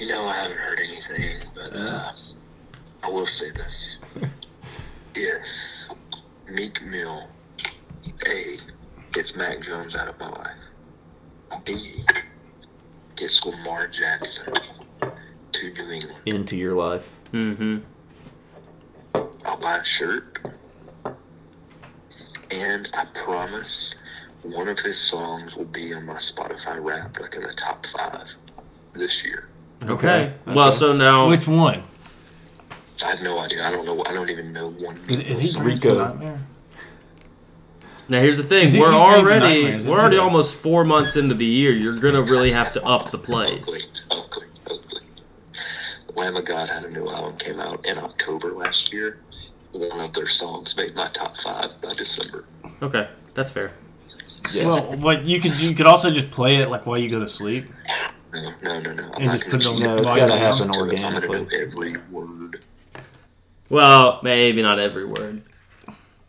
S4: You know, I haven't heard anything, but uh, I will say
S2: [LAUGHS]
S4: this. if Meek Mill, A, gets Mac Jones out of my life, B, gets Lamar Jackson to New England,
S1: Into your life.
S3: Mm-hmm.
S4: I'll buy a shirt. And I promise one of his songs will be on my Spotify rap, like in the top five this year.
S3: Okay.
S1: Okay.
S3: Well, so now
S2: Which one?
S4: I have no idea. I don't know. I don't even know one.
S2: Is, is he
S4: song.
S1: Rico.
S2: Rico? Nightmare?
S3: Now here's the thing:
S2: Is he-
S3: we're
S2: he's taking
S3: already
S2: nightmares,
S3: we're already
S2: isn't he?
S3: almost four months into the year. You're gonna really have to up the plays.
S4: Oakley, Oakley, Oakley. Lamb of God had a new album came out in October last year. One of their songs made my top five by December.
S3: Okay, that's fair.
S1: Yeah.
S2: Well, like you could you could also just play it like while you go to sleep.
S4: No, no, no, no. I'm
S2: And
S4: not
S2: just
S4: gonna
S2: put it on
S4: keep
S1: no, it's
S2: Why
S1: got to
S2: not?
S1: happen
S4: to it. I'm gonna know
S1: organically.
S4: every word.
S3: Well, maybe not every word.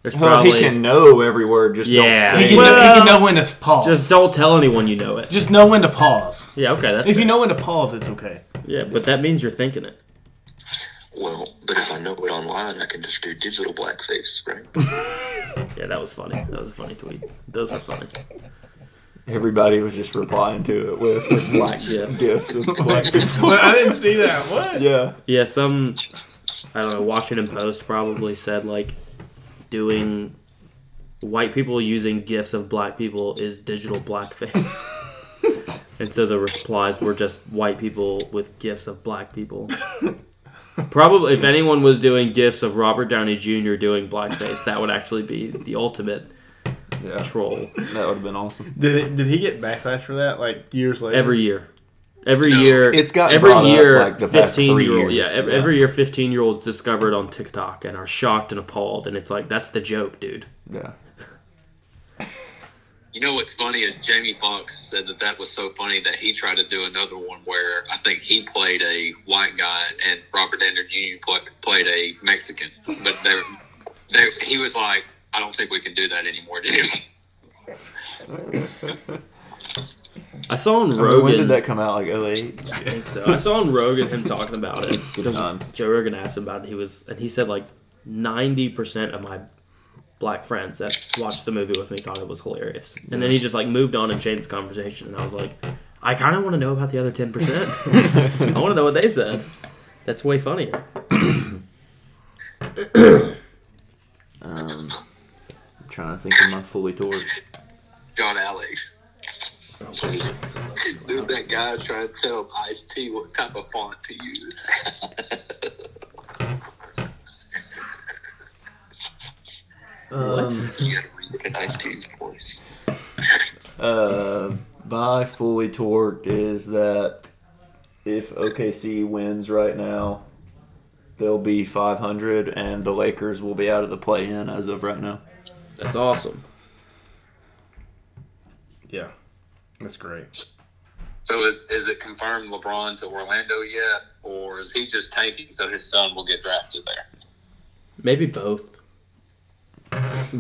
S3: There's
S1: Well,
S3: probably
S1: he can know every word, just
S3: Yeah.
S1: don't
S2: He
S1: say
S2: can,
S1: it.
S2: know, he
S3: Well-
S2: can know when to pause. Just
S3: just don't tell anyone you know it.
S2: just know when to pause.
S3: Yeah, okay, that's
S2: If you
S3: fair.
S2: know when to pause,
S1: [LAUGHS]
S2: it's okay.
S3: yeah, but that means you're thinking it.
S4: Well, but if I know it online, I can just do digital blackface, right?
S3: Yeah, that was funny. That was a funny tweet. Those are funny.
S1: Everybody was just replying to it with, [LAUGHS] with black
S3: Yes.
S1: gifts [LAUGHS] of
S2: [LAUGHS]
S1: black people.
S2: I didn't see that. What?
S1: Yeah.
S3: Yeah, some I don't know, Washington Post probably said like doing white people using gifts of black people is digital blackface. and so the replies were just white people with gifts of black people. Probably if anyone was doing gifts of Robert Downey Jr. doing blackface, that would actually be the ultimate
S1: Yeah.
S3: troll
S1: That would have been awesome.
S2: Did it, did he get backlash for that? Like years later.
S3: every year. Every year,
S1: It's gotten
S3: every
S1: brought up,
S3: year.
S1: like, the past three
S3: fifteen year old, yeah,
S1: years,
S3: ev-
S1: yeah.
S3: Every year, fifteen year olds discover it on TikTok and are shocked and appalled, and it's like that's the joke, dude.
S1: [LAUGHS] Yeah.
S4: You know what's funny is Jamie Foxx said that that was so funny that he tried to do another one where I think he played a white guy and Robert Downey Jr. Play, played a Mexican, but they, they he was like, I don't think we can do that anymore, dude. [LAUGHS]
S3: I saw
S1: I
S3: on
S1: mean, when
S3: Rogan.
S1: did that come out? Like oh, [LAUGHS] 08?
S3: I think so. I saw on Rogan him talking about it.
S1: Good
S3: 'Cause
S1: times.
S3: Joe Rogan asked him about it. He was, and he said like ninety percent of my black friends that watched the movie with me thought it was hilarious, and then he just like moved on and changed the conversation, and I was like, I kind of want to know about the other ten percent. [LAUGHS] I want to know what they said. That's way funnier.
S1: Um, I'm trying to think of my fully toured.
S4: John Alex. Dude, that guy's trying to tell Ice T what type of font to use.
S7: Um,
S4: [LAUGHS] you gotta read Ice T's voice.
S1: Uh, by fully torqued is that if OKC wins right now, they'll be 500 and the Lakers will be out of the play in as of right now.
S3: That's awesome.
S2: Yeah, that's great.
S4: So is is it confirmed LeBron to Orlando yet, or is he just tanking so his son will get drafted there?
S3: Maybe both.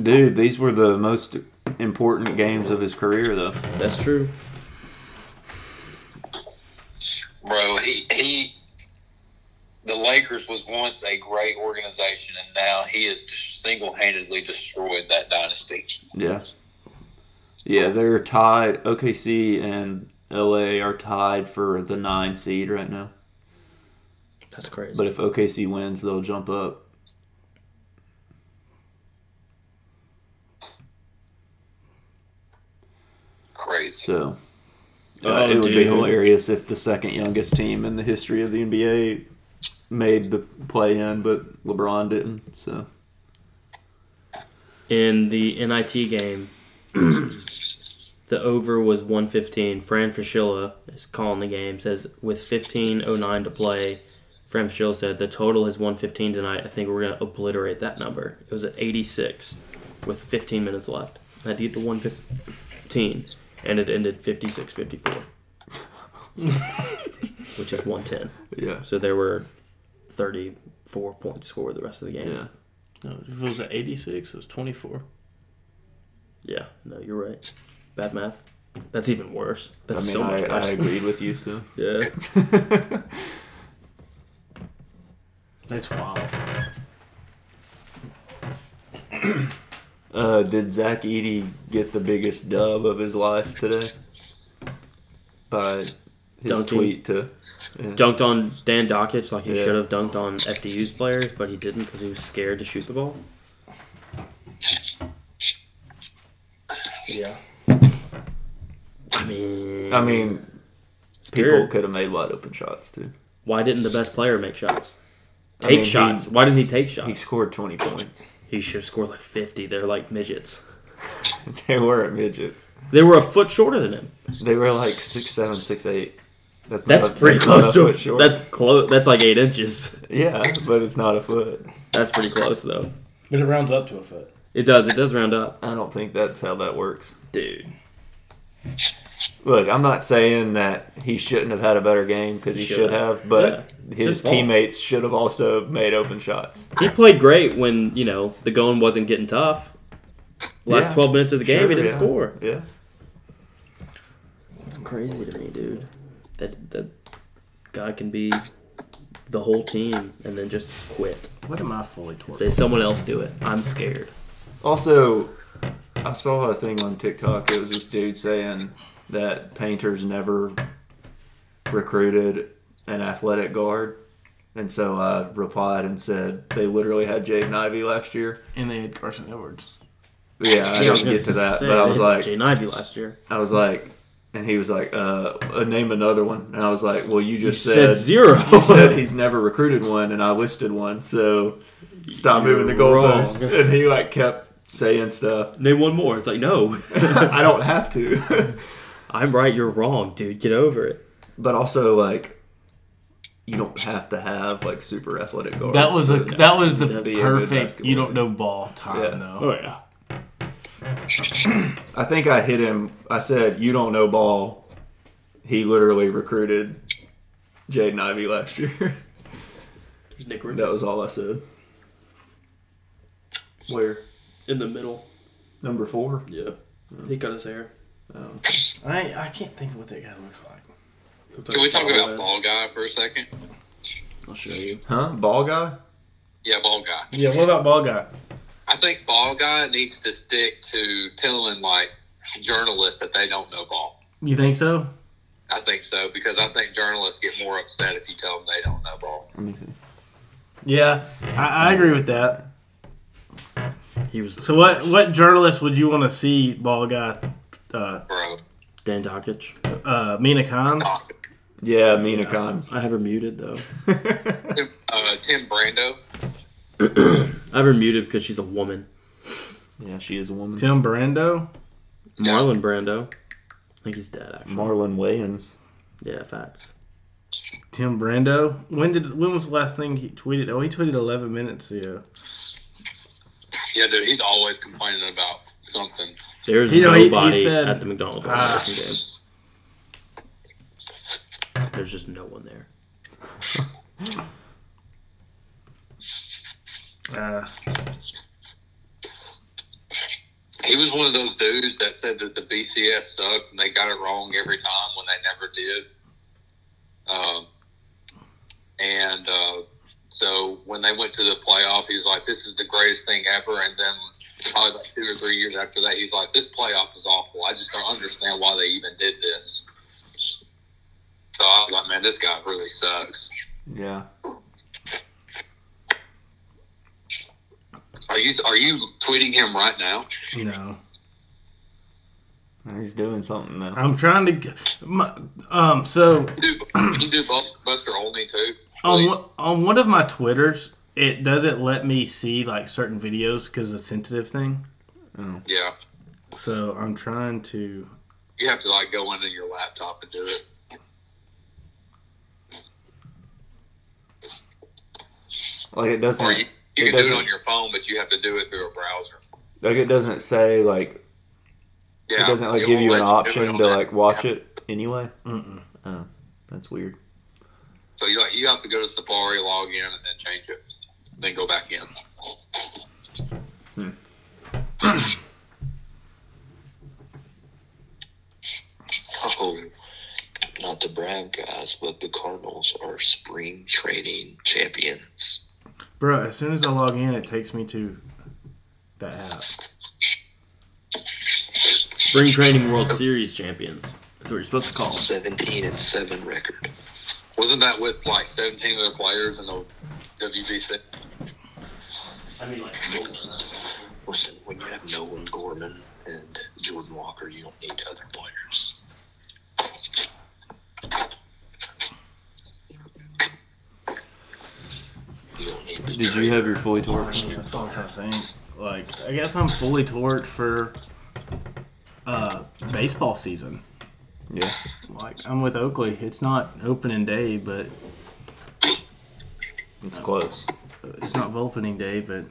S1: Dude, these were the most important games of his career, though.
S3: That's true.
S4: Bro, he he. The Lakers was once a great organization, and now he has single handedly destroyed that dynasty.
S1: Yeah. Yeah, they're tied. OKC and LA are tied for the nine seed right now.
S3: That's crazy.
S1: But if OKC wins, they'll jump up.
S4: Crazy.
S1: So uh,
S3: Oh,
S1: it would be
S3: dude.
S1: hilarious if the second youngest team in the history of the NBA made the play in, but LeBron didn't. So
S3: In the NIT game, [CLEARS THROAT] the over was 115. Fran Fraschilla is calling the game, says with 15.09 to play, Fran Fraschilla said the total is 115 tonight. I think we're going to obliterate that number. It was at 86 with 15 minutes left. I had to get to 115, and it ended 56 [LAUGHS] 54, which is 110.
S1: yeah,
S3: So there were 34 points scored the rest of the game.
S1: yeah.
S2: No, if it was at eighty six, it was twenty four.
S3: Yeah, no, you're right. Bad math. That's even worse. That's
S1: I mean,
S3: so much
S1: I,
S3: worse.
S1: I agreed with you. So
S3: Yeah. [LAUGHS]
S2: That's wild.
S1: uh, did Zach Eady get the biggest dub of his life today by his
S3: Dunking.
S1: tweet to? yeah.
S3: Dunked on Dan Dockich like he
S1: Yeah.
S3: should have dunked on FDU's players, but he didn't because he was scared to shoot the ball. Yeah. I mean,
S1: I mean, people
S3: scared.
S1: could have made wide open shots too.
S3: Why didn't the best player make shots?
S1: I
S3: Take
S1: mean, he-
S3: shots. Why didn't he take
S1: He
S3: shots?
S1: scored 20 points. [LAUGHS]
S3: He, should have scored like 50. They're like midgets.
S1: they weren't midgets.
S3: They were a foot shorter than him.
S1: They were like six seven, six eight. That's
S3: That's
S1: not a-
S3: pretty
S1: that's
S3: close
S1: not a
S3: to.
S1: foot short.
S3: That's close. That's like eight inches.
S1: yeah, but it's not a foot.
S3: That's pretty close though.
S2: But it rounds up to a foot.
S3: It does. It does round up,
S1: I don't think that's how that works.
S3: dude.
S1: Look, I'm not saying that he shouldn't have had a better game because he
S3: He
S1: should
S3: should
S1: have, but
S3: Yeah. It's
S1: his
S3: his fault.
S1: teammates should have also made open shots.
S3: He played great when you know the going wasn't getting tough. Last
S1: Yeah.
S3: twelve minutes of the game,
S1: Sure,
S3: he didn't
S1: yeah.
S3: score.
S1: Yeah,
S3: It's crazy to me, dude. That that guy can be the whole team and then just quit.
S2: What am I fully torqued?
S3: Say someone else do it. I'm scared.
S1: Also, I saw a thing on TikTok. It was this dude saying that painters never recruited an athletic guard. And so I replied and said they literally had Jaden Ivey last year.
S2: And they had Carson Edwards.
S1: But yeah, I didn't get to that, but I was like,
S3: Jay Ivey last year.
S1: I was like, and he was like, uh, uh, name another one. And I was like, well, you
S3: You
S1: just
S3: said, zero.
S1: You said he's never recruited one, and I listed one. So stop moving the
S3: You're wrong.
S1: goalposts. And he like kept saying stuff.
S3: [LAUGHS] Name one more. It's
S1: [LAUGHS]
S3: like no. [LAUGHS]
S1: I don't have to.
S3: I'm right. You're wrong, dude. Get over it.
S1: [LAUGHS] but also like, you don't have to have like super athletic guards.
S2: That was a
S1: to-
S2: that was the
S1: That'd be a good
S2: perfect
S1: basketball
S2: you don't know ball time
S1: Oh, Yeah.
S2: though.
S3: yeah.
S1: I think I hit him. I said, "You don't know ball." He literally recruited Jaden Ivey last year. [LAUGHS]
S3: There's Nick
S1: that
S3: Richards
S1: was all I said. Where
S3: in the middle.
S1: number four?
S3: Yeah. He cut his hair.
S1: Um,
S2: I I can't think of what that guy looks like.
S3: Looks
S4: Can we
S3: like
S4: talk
S3: a
S4: about
S3: head.
S4: ball guy for a second?
S3: I'll show you.
S1: huh? Ball guy?
S4: Yeah, ball guy.
S2: Yeah, what about ball guy?
S4: I think ball guy needs to stick to telling like journalists that they don't know ball.
S2: You think so?
S4: I think so because I think journalists get more upset if you tell them they don't know ball.
S1: Let me see.
S2: Yeah, I, I agree with that.
S3: He was
S2: So what what journalist would you want to see ball guy? Uh,
S4: Bro,
S3: Dan Dockich.
S2: uh, Mina Kimes.
S4: Doc,
S1: Yeah, Mina Kimes.
S3: Um, I have her muted though.
S4: Tim, uh, Tim Brando.
S3: I have her muted because she's a woman.
S1: yeah, she is a woman.
S2: Tim Brando.
S3: Marlon Brando. I think he's dead actually.
S1: Marlon Wayans.
S3: yeah, facts.
S2: Tim Brando. When did when was the last thing he tweeted? Oh, he tweeted 11 minutes ago.
S4: Yeah, dude, he's always complaining about something.
S3: There's
S2: You know, he- he
S3: nobody
S2: said-
S3: at the McDonald's
S2: Ah.
S3: All-American game. There's just no one there.
S2: Uh,
S4: He was one of those dudes that said that the BCS sucked and they got it wrong every time when they never did. Um, and uh, so when they went to the playoff, he was like, "This is the greatest thing ever." And then probably like two or three years after that, he's like, "This playoff is awful. I just don't understand why they even did this." So I was like, "Man, this guy really sucks."
S1: Yeah.
S4: Are you are you tweeting him right now?
S2: no,
S1: He's doing something now.
S2: I'm trying to. g- My, um, so
S4: Do you do Bus- Buster Olney too?
S2: on
S1: Um,
S4: Please.
S2: one- on one of my twitters, it doesn't let me see like certain videos because it's a sensitive thing.
S4: yeah,
S2: So I'm trying to.
S4: you have to like go into your laptop and do it.
S1: Like it doesn't.
S4: Or you,
S1: It
S4: you can do it
S1: doesn't-
S4: on your phone, but you have to do it through a browser.
S1: Like it doesn't say like
S4: Yeah,
S1: it doesn't like
S4: it
S1: give
S4: won't
S1: you
S4: let
S1: an
S4: do it
S1: option
S4: on
S1: to
S4: that.
S1: like watch it anyway.
S2: Mm-mm.
S1: That's weird.
S4: So you like you have to go to Safari, log in, and then change it, then go back in.
S1: Hmm.
S4: oh, not to brag, guys, but the Cardinals are spring training champions.
S2: Bro, as soon as I log in, it takes me to that app.
S3: Spring Training World Series champions. That's what you're supposed to call them.
S4: 17 and 7 record. Wasn't that with like 17 of the players in the WBC?
S5: I mean, like,
S4: Listen, when you have Nolan Gorman and Jordan Walker, you don't need other players. You don't need the
S1: Did you have your fully torqued?
S2: That's what I'm trying to think. Like, I guess I'm fully torqued for uh, baseball season.
S1: Yeah.
S2: Like I'm with Oakley. It's not opening day, but
S1: It's close.
S2: uh, it's not opening day. But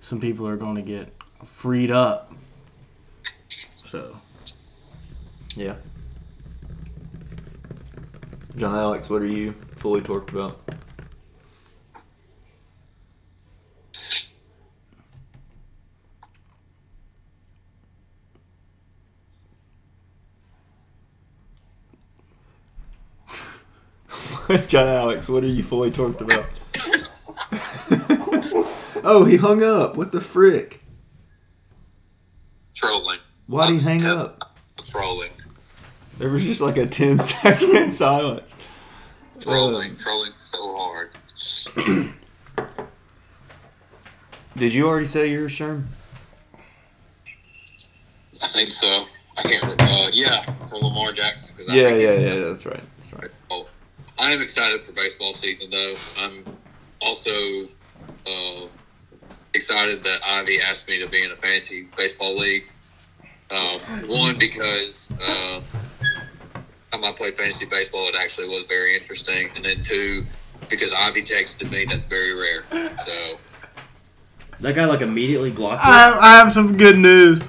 S2: some people are going to get freed up. So
S1: Yeah. John Alex, what are you fully torqued about? [LAUGHS] John Alex, what are you fully torqued about? [LAUGHS] oh, he hung up. What the frick?
S4: Trolling.
S1: Why'd he hang up?
S4: Trolling.
S1: There was just like a 10 [LAUGHS] second silence.
S4: Trolling. Uh. Trolling so hard.
S1: Did you already say yours, Sherm?
S4: I think so. I can't remember. Uh, yeah, for Lamar Jackson. 'cause I
S1: Yeah,
S4: think
S1: yeah,
S4: he's-
S1: yeah. That's right. That's right.
S4: Oh, I am excited for baseball season, though. I'm also uh, excited that Ivy asked me to be in a fantasy baseball league. Uh, one, because uh, time I played fantasy baseball, it actually was very interesting. And then two, because Ivy texted me, that's very rare. So,
S3: That guy like immediately blocked
S2: I have, I have some good news.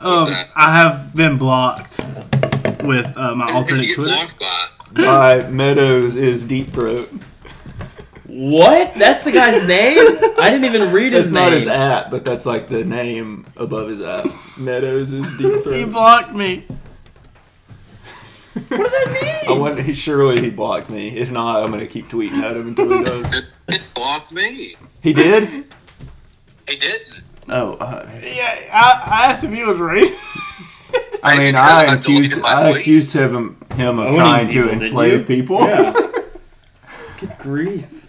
S2: Um,
S4: that?
S2: I have been blocked with uh, my
S4: who did
S2: alternate
S4: you get
S2: Twitter.
S4: blocked by?
S1: My Meadows is deep throat.
S3: What? That's the guy's name? I didn't even read his
S1: That's
S3: name.
S1: not his app, but that's like the name above his app. Meadows is [LAUGHS] deep
S2: He
S1: throat.
S2: blocked me.
S3: what does that
S1: I
S3: mean?
S1: want. He, surely he blocked me. If not, I'm gonna keep tweeting at him until he does.
S4: It, it blocked me.
S1: He did.
S4: He didn't.
S1: Oh, uh,
S2: Yeah, I, I asked if he was racist.
S1: I mean, I accused. I accused him him of
S3: Owning
S1: trying
S3: people,
S1: to
S3: didn't
S1: enslave
S3: you?
S1: people.
S3: Good grief.
S1: [LAUGHS]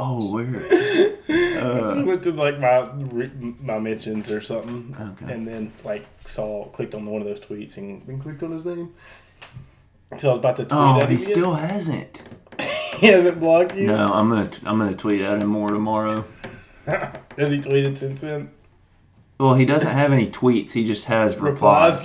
S1: Oh, [LAUGHS] weird.
S2: I just [LAUGHS] went to like my re- my mentions or something,
S1: Okay.
S2: and then like saw clicked on one of those tweets and, and clicked on his name. So I was about to tweet
S1: Oh,
S2: at him.
S1: he
S2: again.
S1: still hasn't.
S2: [LAUGHS] he hasn't blocked you.
S1: No, I'm gonna. t- I'm gonna tweet at him more tomorrow.
S2: Has he tweeted since then?
S1: Well, he doesn't have any tweets. He just has
S2: Replies.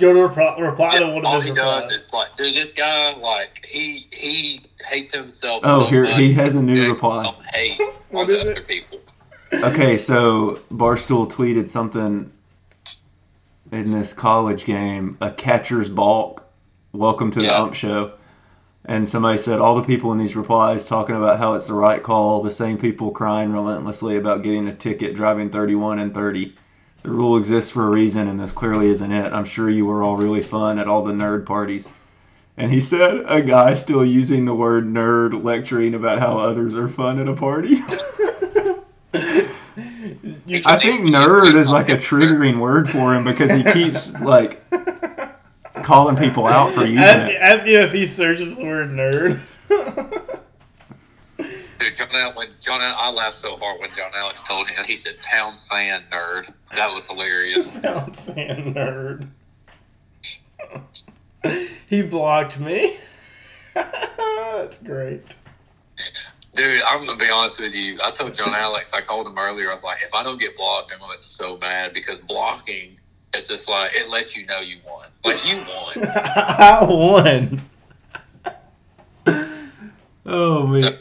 S1: replies.
S2: Go to reply, reply to one
S4: all
S2: of his
S4: he
S2: replies.
S4: does is like, dude, this guy like he he hates himself.
S1: Oh,
S4: so
S1: here
S4: much.
S1: he has a new
S4: He
S1: reply.
S4: don't Hate
S2: What
S4: on the
S2: is it?
S4: other people.
S1: Okay, so Barstool tweeted something in this college game, a catcher's balk. Welcome to the
S4: Yeah.
S1: ump show. And somebody said all the people in these replies talking about how it's the right call, the same people crying relentlessly about getting a ticket driving 31 and 30. The rule exists for a reason, and this clearly isn't it. I'm sure you were all really fun at all the nerd parties. And he said, a guy still using the word nerd lecturing about how others are fun at a party. I think nerd is like a triggering word for him because he keeps like calling people out for using
S2: Ask,
S1: it.
S2: ask him if he searches the word nerd. [LAUGHS]
S4: Dude, John Al- when John, Al- I laughed so hard when John Alex told him he said pound sand nerd. That was hilarious.
S2: Pound sand nerd. he blocked me. [LAUGHS] That's great.
S4: Dude, I'm gonna be honest with you. I told John Alex, I called him earlier. I was like, if I don't get blocked, I'm gonna get so mad because blocking is just like it lets you know you won. Like you won.
S1: [LAUGHS]
S2: I won. Oh man.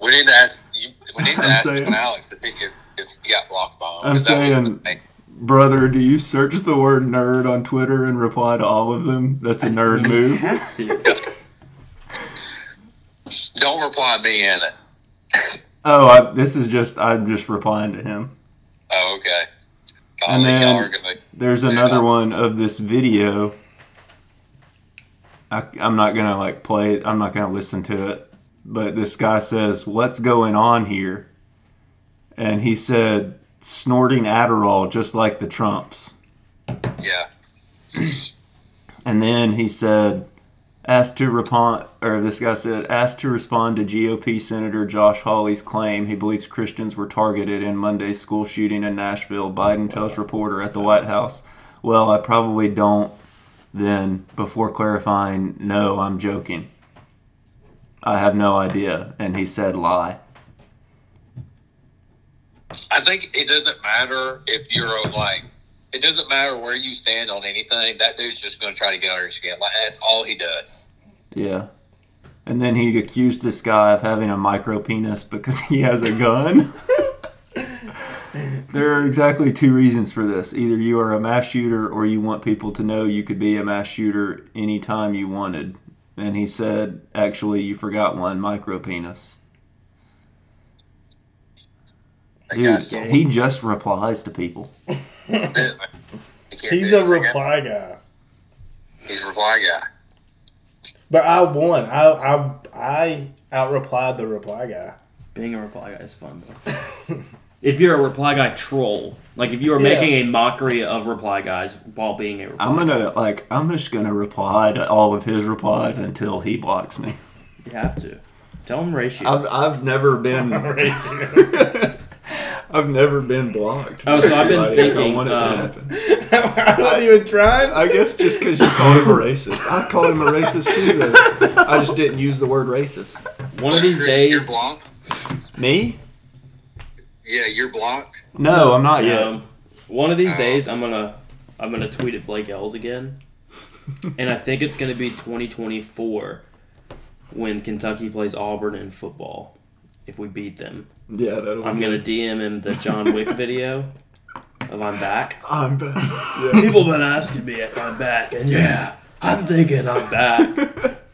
S4: We need to ask. You, we need to
S1: I'm
S4: ask
S1: saying-
S4: John Alex if he if, if he got blocked by him.
S1: I'm
S4: 'cause that was
S1: saying-
S4: like-
S1: Brother, do you search the word nerd on Twitter and reply to all of them? That's a
S3: [LAUGHS]
S1: nerd move.
S3: Has to.
S4: don't reply me in it.
S1: Oh, I, this is just I'm just replying to him.
S4: Oh, okay.
S1: And
S4: Golly, y'all
S1: then-
S4: are gonna,
S1: There's another one of this video. I, I'm not gonna like play. it. I'm not gonna listen to it. But this guy says, "What's going on here?" And he said, "Snorting Adderall, just like the Trumps."
S4: yeah.
S1: And then he said, asked to respond, or this guy said, asked to respond to GOP Senator Josh Hawley's claim he believes Christians were targeted in Monday's school shooting in Nashville. Biden tells reporter at the White House, well, I probably don't then, before clarifying, no, I'm joking. I have no idea. And he said, lie.
S4: I think it doesn't matter if you're a, like,
S5: It doesn't matter where you stand on anything. That dude's just going to try to get on your skin. Like that's all he does.
S1: Yeah. And then he accused this guy of having a micro penis because he has a gun. there are exactly two reasons for this. Either you are a mass shooter or you want people to know you could be a mass shooter anytime you wanted. And he said, actually, you forgot one micro penis.
S5: That
S1: Dude,
S5: guy's so-
S1: he just replies to people.
S5: he can't
S2: He's
S5: do
S2: a
S5: anything.
S2: reply guy.
S5: He's a reply guy.
S2: But I won. I I I out replied the reply guy. [LAUGHS]
S3: Being a reply guy is fun. Though. [LAUGHS] if you're a reply guy troll, like if you are
S2: Yeah.
S3: making a mockery of reply guys while being a reply,
S1: I'm gonna like I'm just gonna reply to all of his replies until he blocks me.
S3: you have to tell them ratio.
S1: I've I've never been [LAUGHS] I've never been blocked.
S3: Oh, so
S1: by
S3: I've been
S1: somebody. I don't
S3: thinking,
S1: want it to
S3: um,
S1: happen.
S2: [LAUGHS] I wasn't even trying.
S1: I guess just because you called him a racist, I called him a racist too. Though. I just didn't use the word racist.
S3: One of these
S5: Chris, You're
S3: days,
S5: blocked.
S1: Me?
S5: Yeah, you're blocked.
S1: No, I'm not yet.
S3: um, one of these days, I'm gonna I'm gonna tweet at Blake Ells again, and I think it's gonna be 2024 when Kentucky plays Auburn in football. If we beat them,
S1: Yeah, that'll.
S3: I'm
S1: be
S3: gonna DM him the John Wick video of I'm back.
S1: I'm
S3: [LAUGHS]
S1: back. Yeah.
S3: People been asking me if I'm back, and yeah, I'm thinking I'm back.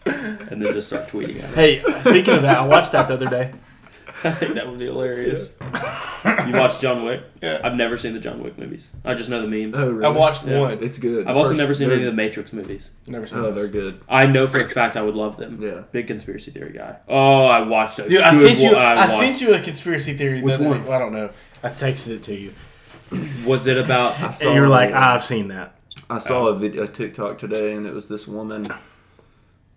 S3: and then just start tweeting at it.
S2: Hey, speaking of that, I watched that the other day.
S3: [LAUGHS] I think that would be hilarious. You watch John Wick?
S2: Yeah.
S3: I've never seen the John Wick movies. I just know the memes.
S1: Oh, really?
S2: I watched
S3: Yeah.
S2: one.
S1: It's good.
S3: I've also
S1: First-
S3: never seen
S1: they're-
S3: any of the Matrix movies.
S2: Never seen.
S1: Oh, they're
S2: those.
S1: good.
S3: I know for a fact I would love them.
S1: Yeah.
S3: Big conspiracy theory guy. Oh, I watched those.
S2: Dude, I
S3: Good
S2: sent you.
S3: wa-
S2: I,
S3: watched-
S2: sent you a conspiracy theory. the
S3: Which
S2: other
S3: one?
S2: day. Well, I don't know. I texted it to you,
S3: Was it about?
S1: saw-
S2: and you were like, "Ah, "I've seen that."
S1: I saw a, vid- a TikTok today, and it was this woman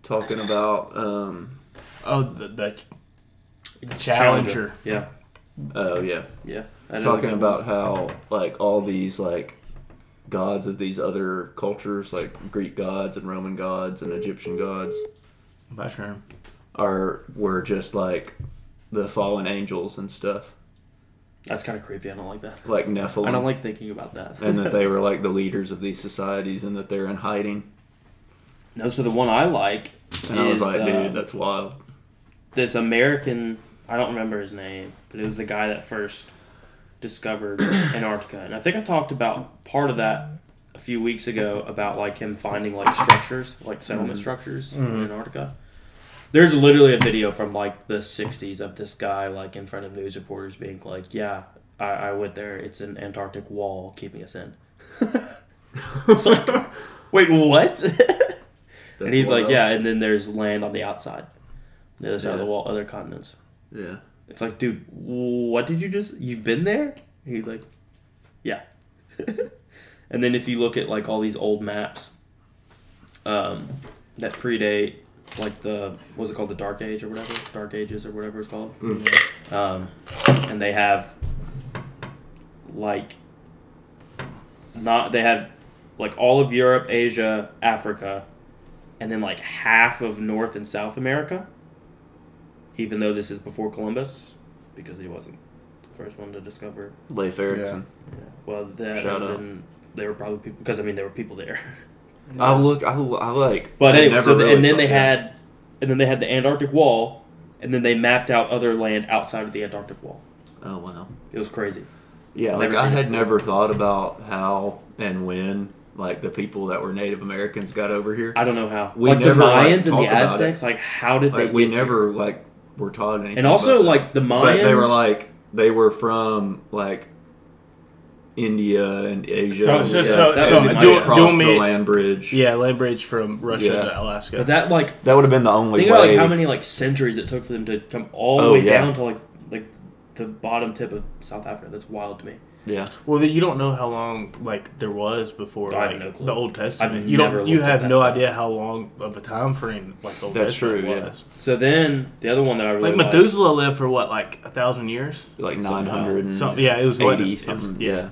S1: talking about. Um,
S2: Oh, the, the Challenger.
S3: Yeah.
S1: oh yeah,
S3: Yeah. That is a
S1: talking
S3: good
S1: about how like all these like gods of these other cultures, like Greek gods and Roman gods and Egyptian gods,
S2: My turn.
S1: are were just like the fallen angels and stuff,
S3: one. That's kind of creepy. I don't like that.
S1: like Nephilim,
S3: I don't like thinking about that.
S1: and that they were like the leaders of these societies and that they're in hiding.
S3: [LAUGHS] no. So the one I like
S1: And I was
S3: Is,
S1: like,
S3: uh,
S1: dude, that's wild.
S3: this American, I don't remember his name, but it was the guy that first discovered [COUGHS] Antarctica. And I think I talked about part of that a few weeks ago about like him finding like structures, like settlement
S1: Mm-hmm.
S3: structures in Antarctica. There's literally a video from like the 60s of this guy like in front of news reporters being like, "Yeah, I, I went there. It's an Antarctic wall keeping us in." [LAUGHS]
S1: [LAUGHS]
S3: it's like, wait, what? [LAUGHS] and
S1: That's
S3: he's like,
S1: wild.
S3: yeah, and then there's land on the outside, the other side of the
S1: Yeah.
S3: wall, other continents.
S1: yeah.
S3: It's like, dude, what did you just? You've been there? And he's like, yeah. [LAUGHS] and then if you look at like all these old maps, um, that predate like the what's it called, the Dark Age or whatever, Dark Ages or whatever it's called, um, and they have like not they have like all of Europe, Asia, Africa, and then like half of North and South America. Even though this is before Columbus, because he wasn't the first one to discover.
S1: Leif Erikson.
S3: Well, that
S1: Shout out.
S3: and there were probably people because I mean there were people there. [LAUGHS]
S1: I look, I, l- I like.
S3: But
S1: I
S3: anyway,
S1: never
S3: so the,
S1: really
S3: and then they
S1: thought that.
S3: had, and then they had the Antarctic Wall, and then they mapped out other land outside of the Antarctic Wall.
S1: Oh wow.
S3: It was crazy.
S1: Yeah,
S3: I've
S1: like
S3: never
S1: I
S3: seen it
S1: had
S3: before.
S1: never thought about how and when like the people that were Native Americans got over here.
S3: I don't know how.
S1: We
S3: like
S1: never,
S3: the
S1: like,
S3: Mayans and
S1: talk
S3: the
S1: about it.
S3: Aztecs, like how did
S1: like
S3: they?
S1: we
S3: get-
S1: never like were taught anything.
S3: And also
S1: about that.
S3: like the Mayans.
S1: but they were like they were from like India and Asia.
S2: So-
S1: and
S2: so-
S1: stuff,
S2: so-
S1: and
S3: so
S1: then
S3: do-
S1: they crossed
S2: do
S1: the
S2: me-
S1: land bridge.
S2: Yeah, land bridge from Russia
S1: Yeah.
S2: to Alaska.
S3: But that like
S1: that would have been the only
S3: think
S1: way.
S3: about like how many like centuries it took for them to come all the
S1: Oh,
S3: way
S1: yeah.
S3: down to like like the bottom tip of South Africa. That's wild to me.
S1: yeah,
S2: Well, then you don't know how long like there was before
S3: I have
S2: like
S3: no clue.
S2: the Old Testament.
S3: I've
S2: you
S3: never
S2: don't. You
S3: looked at
S2: have
S3: that
S2: no
S3: stuff.
S2: idea how long of a time frame like the Old
S1: That's
S2: Testament
S1: true, yeah.
S2: was.
S3: So then the other one that I really
S2: Like
S3: liked-
S2: Methuselah lived for what, like a thousand years?
S1: like
S3: Somehow.
S1: nine hundred and
S2: So yeah, it was like
S1: eighty
S2: it was-
S1: something.
S2: yeah.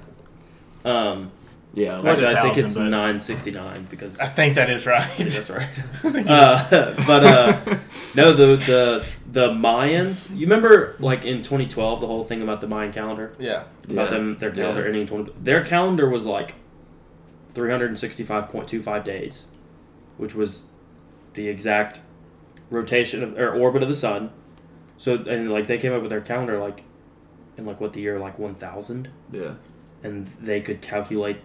S1: Yeah,
S3: Um,
S1: yeah.
S2: Like-
S3: actually, I think
S2: 1,000,
S3: it's
S2: but-
S3: nine sixty nine because
S2: I think that
S3: [LAUGHS]
S2: is right.
S3: that's right.
S2: [LAUGHS]
S3: uh, but [LAUGHS] uh, no, the the the Mayans. You remember like in twenty twelve the whole thing about the Mayan calendar
S2: yeah.
S3: about
S1: Yeah.
S3: them their
S1: Yeah.
S3: calendar ending twenty. Their calendar was like 365.25 days, which was the exact rotation of, or orbit of the sun. So and like they came up with their calendar like in like what the year like 1000
S1: Yeah.
S3: and they could calculate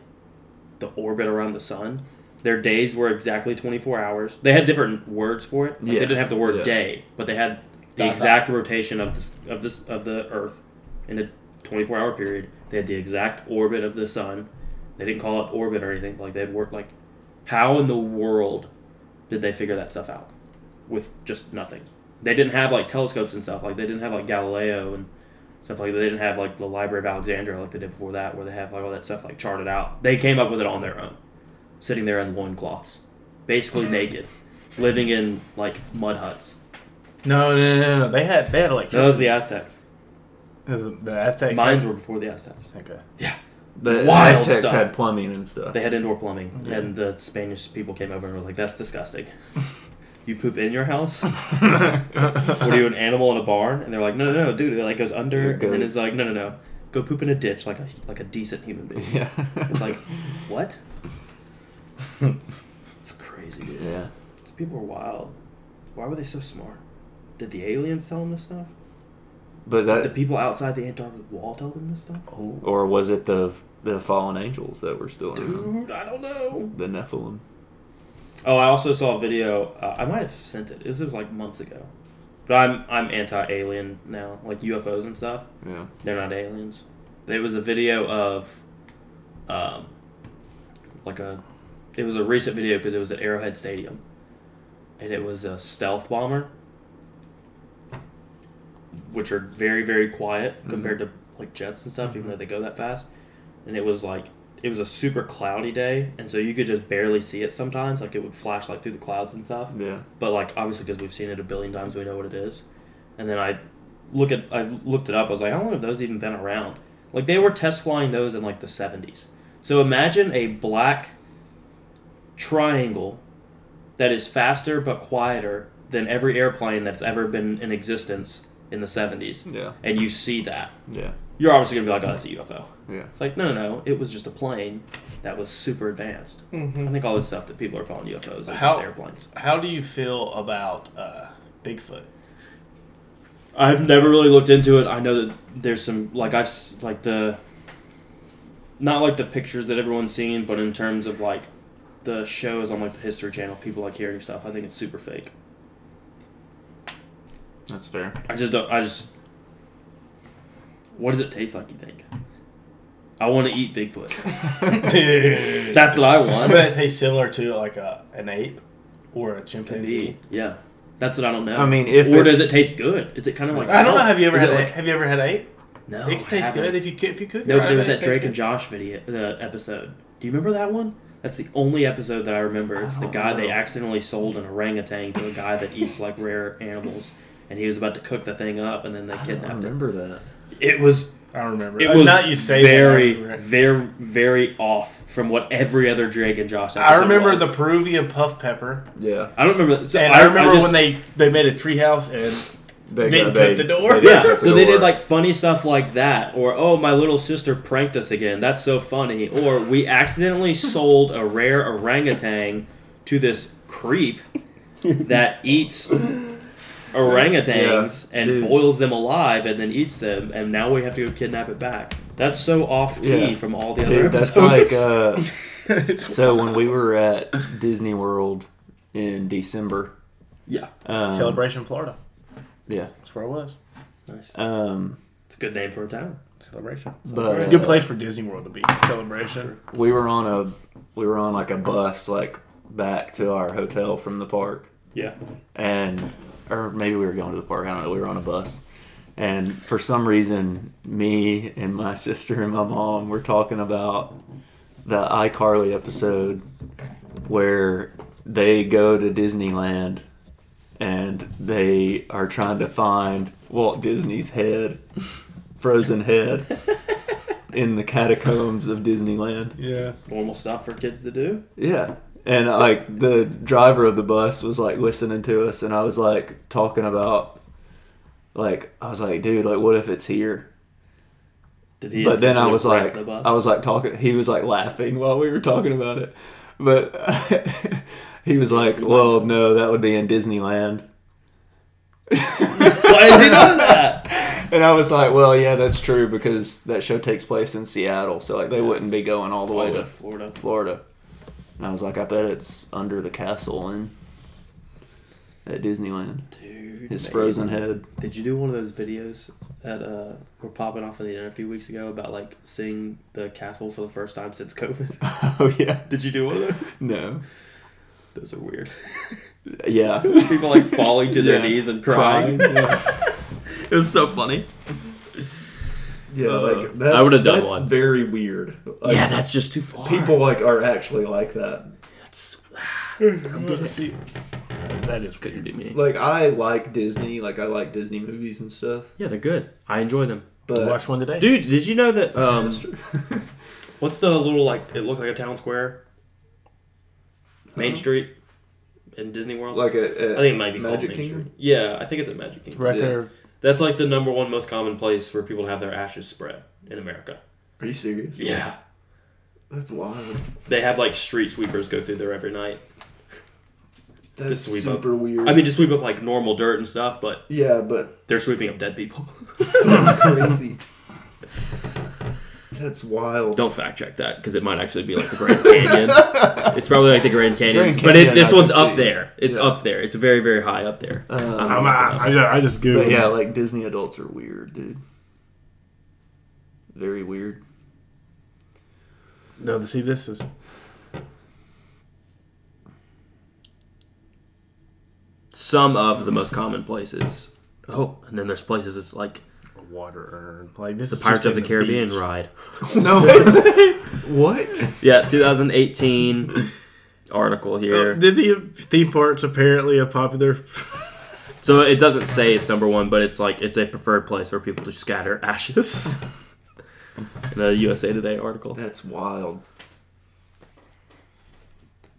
S3: the orbit around the sun. Their days were exactly 24 hours. They had different words for it. Like
S1: Yeah,
S3: They didn't have the word
S1: yeah.
S3: day, but they had the
S2: Dot,
S3: exact rotation of this, of this of the Earth in a 24 hour period. They had the exact orbit of the sun. They didn't call it orbit or anything. but, Like they had worked like, how in the world did they figure that stuff out with just nothing? They didn't have like telescopes and stuff. Like they didn't have like Galileo and stuff like that. They didn't have like the Library of Alexandria like they did before that, where they have like all that stuff like charted out. They came up with it on their own, sitting there in loincloths,
S2: [LAUGHS]
S3: basically naked, living in like mud huts.
S2: No, no, no, no, no. They had they had
S3: That was
S2: electricity.
S3: the Aztecs.
S2: Is it the Aztecs.
S3: Mines were before the Aztecs. [LAUGHS]
S2: Okay.
S1: The
S3: Wild
S1: Aztecs
S3: stuff.
S1: had plumbing and stuff.
S3: They had indoor plumbing,
S2: Yeah.
S3: and the Spanish people came over and were like, "That's disgusting. You poop in your [LAUGHS] house? what are you, an
S2: [LAUGHS]
S3: animal in a barn?" And they're like, "No, no, no, dude. It like goes under,
S1: It
S3: and then
S1: goes-
S3: it's like, no, no, no, go poop in a ditch like a like a decent human [LAUGHS] being."
S1: [LAUGHS] yeah.
S3: It's like, what?
S2: Mm-hmm.
S3: it's crazy, dude.
S1: [LAUGHS] yeah.
S3: These people are wild. Why were they so smart? Did the aliens tell them this stuff?
S1: But
S3: Did the
S1: that,
S3: people outside the Antarctic wall tell them this stuff?
S1: or was it the the fallen angels that were still around?
S3: Dude, Oh, I don't know.
S1: The Nephilim.
S3: Oh, I also saw a video. Uh, I might have sent it. This was like months ago. But I'm I'm anti-alien now, like UFOs and stuff.
S1: Yeah.
S3: They're not aliens. It was a video of, um, like a, it was a recent video because it was at Arrowhead Stadium, and it was a stealth bomber, which are very very quiet compared to like jets and stuff, even though they go that fast. And it was like it was a super cloudy day, and so you could just barely see it sometimes. Like it would flash like through the clouds and stuff
S1: Yeah.
S3: but like obviously because we've seen it a billion times, we know what it is. And then I look at I looked it up. I was like, how long have those even been around? Like they were test flying those in like the seventies. So imagine a black triangle that is faster but quieter than every airplane that's ever been in existence in the seventies,
S1: Yeah.
S3: and you see that.
S1: Yeah.
S3: You're obviously gonna be like, oh, that's a UFO.
S1: Yeah.
S3: It's like, no, no, no. It was just a plane that was super advanced. I think all this stuff that people are calling UFOs are
S2: How-
S3: just airplanes.
S2: How do you feel about uh, [LAUGHS] Bigfoot?
S3: I've never really looked into it. I know that there's some like I've s- like the not like the pictures that everyone's seen, but in terms of like the shows on like the History Channel, people like hearing stuff. I think it's super fake.
S1: That's fair. [LAUGHS]
S3: I just don't. I just what does it taste like? You think? I want to eat Bigfoot.
S2: Dude.
S3: That's what I
S2: I bet it
S3: want.
S2: tastes similar to like a, an ape or a
S3: Could
S2: chimpanzee.
S3: be. Yeah, that's what I don't know.
S1: I mean, if
S3: or does it
S1: it's-
S3: taste good? Is it kind of like
S2: I don't know. Have you ever
S3: Is
S2: had?
S3: it
S2: Like, have you ever had ape?
S3: no?
S2: it
S3: I
S2: could taste
S3: haven't.
S2: good if you could, if you cook it
S3: No,
S2: right,
S3: but there was
S2: it
S3: that
S2: tastes
S3: Drake
S2: good.
S3: and Josh video, the episode. Do you remember that one? That's the only episode that I remember. It's the
S1: don't
S3: guy they
S1: know.
S3: accidentally sold an orangutan to a guy that eats like rare animals, and he was about to cook the thing up, and then they kidnapped him.
S1: that.
S3: It was
S2: I don't remember.
S3: it
S2: Uh,
S3: was
S2: not you say that, I
S3: very
S2: remember it.
S3: very very off from what every other Drake and Josh. Episode
S2: I remember
S3: was.
S2: the Peruvian puff pepper,
S1: Yeah.
S3: I don't remember. So
S2: and I, remember
S3: just-
S2: when they they made a treehouse and
S1: They
S2: Didn't cut the door?
S1: they didn't [LAUGHS]
S3: Yeah,
S1: cut the
S3: so they did
S1: door.
S3: like funny stuff like that, or oh, my little sister pranked us again. That's so funny. Or we accidentally [LAUGHS] sold a rare orangutan to this creep that eats orangutans
S1: Yeah,
S3: and
S1: dude.
S3: boils them alive and then eats them, and now we have to go kidnap it back. That's so off key
S1: Yeah.
S3: from all the other
S1: Dude,
S3: episodes.
S1: that's like uh,
S2: [LAUGHS] it's
S1: so when we were at Disney World in December.
S3: yeah,
S1: Um,
S2: Celebration Florida.
S1: Yeah.
S2: That's where I was.
S3: [LAUGHS] nice.
S1: Um,
S3: It's a good name for a town.
S2: Celebration.
S1: but
S2: It's a good place for Disney World to be. Celebration.
S1: we were on a we were on like a bus like back to our hotel from the park
S3: Yeah,
S1: and or maybe we were going to the park i don't know we were on a bus and for some reason me and my [LAUGHS] sister and my mom were talking about the icarly episode where they go to disneyland and they are trying to find walt disney's head frozen head in the catacombs of disneyland
S2: Yeah.
S3: normal stuff for kids to do.
S1: yeah. And uh, like the driver of the bus was like listening to us and I was like talking about like I was like, dude, like what if it's here?
S8: Did he?
S1: but then I
S8: intentionally
S1: was
S8: wreck
S1: like,
S8: the bus?
S1: I was like talking. He was like laughing while we were talking about it, but [LAUGHS] he was like, "Well, no, that would be in Disneyland."
S8: [LAUGHS]
S1: [LAUGHS]
S8: Why is he doing that?
S1: And I was like, "Well, yeah, that's true because that show takes place in Seattle, so like they wouldn't be going all the way to
S8: Florida.
S1: Florida." And I was like, "I bet it's under the castle in at Disneyland."
S8: Dude,
S1: His
S8: man.
S1: frozen head. [LAUGHS]
S8: Did you do one of those videos that uh, were popping off in the internet a few weeks ago about like seeing the castle for the first time since COVID? [LAUGHS]
S1: Oh yeah.
S8: Did you do one of those?
S1: No.
S8: [LAUGHS] Those are weird.
S1: Yeah.
S8: [LAUGHS] People like falling to their
S1: Yeah.
S8: knees and
S1: [LAUGHS]
S8: crying.
S1: Yeah.
S8: [LAUGHS] It was so funny.
S1: Yeah,
S8: Uh,
S1: like that's,
S3: I would've done
S1: that's
S3: one.
S1: very weird. Like,
S8: yeah, that's just too far.
S1: people like are actually like that.
S3: That's,
S2: That is
S3: couldn't be me.
S1: Like I like Disney, like I like Disney movies and stuff.
S3: Yeah, they're good. I enjoy them.
S1: But
S2: Watch one today.
S3: Dude, did you know that? Um,
S8: [LAUGHS] What's the little like? It looked like a town square. Main Street in Disney World.
S1: like a, a
S8: I think it might be
S1: Magic
S8: called Main
S1: Kingdom.
S8: Street. Yeah, I think it's at Magic Kingdom.
S2: right
S1: yeah.
S2: there.
S8: That's like the number one most common place for people to have their ashes spread in America.
S1: Are you serious?
S8: Yeah.
S1: That's wild.
S8: They have like street sweepers go through there every night.
S1: That's
S8: Just sweep up.
S1: super weird.
S8: I mean, to sweep up like normal dirt and stuff, but
S1: yeah, but
S8: they're sweeping up dead people. [LAUGHS]
S1: that's [LAUGHS] crazy. That's wild.
S3: don't fact check that because it might actually be like the Grand Canyon. it's probably like the Grand Canyon,
S1: Grand
S3: but
S1: Canyon,
S3: it, this
S1: I
S3: one's
S1: can
S3: up
S1: see.
S3: there. It's
S1: Yeah.
S3: up there. It's very very high up there.
S1: Um,
S3: I don't
S2: I'm,
S3: know.
S2: I, I, just- I just Googled.
S1: But yeah, like Disney adults are weird, dude. Very weird.
S2: No, see, this is.
S3: Some of the most common places. Oh, and then there's places it's like
S2: a Water urn. Like this
S3: the
S2: is
S3: Pirates
S2: just
S3: of the
S2: in
S3: Caribbean
S2: beach.
S3: ride.
S2: [LAUGHS]
S1: No. what?
S3: Yeah, 2018
S1: Oh,
S3: article
S2: Uh,
S3: here.
S2: Disney theme parks apparently a popular. [LAUGHS]
S3: So it doesn't say it's number one, but it's like it's a preferred place for people to scatter ashes. [LAUGHS] In a USA Today article.
S1: That's wild.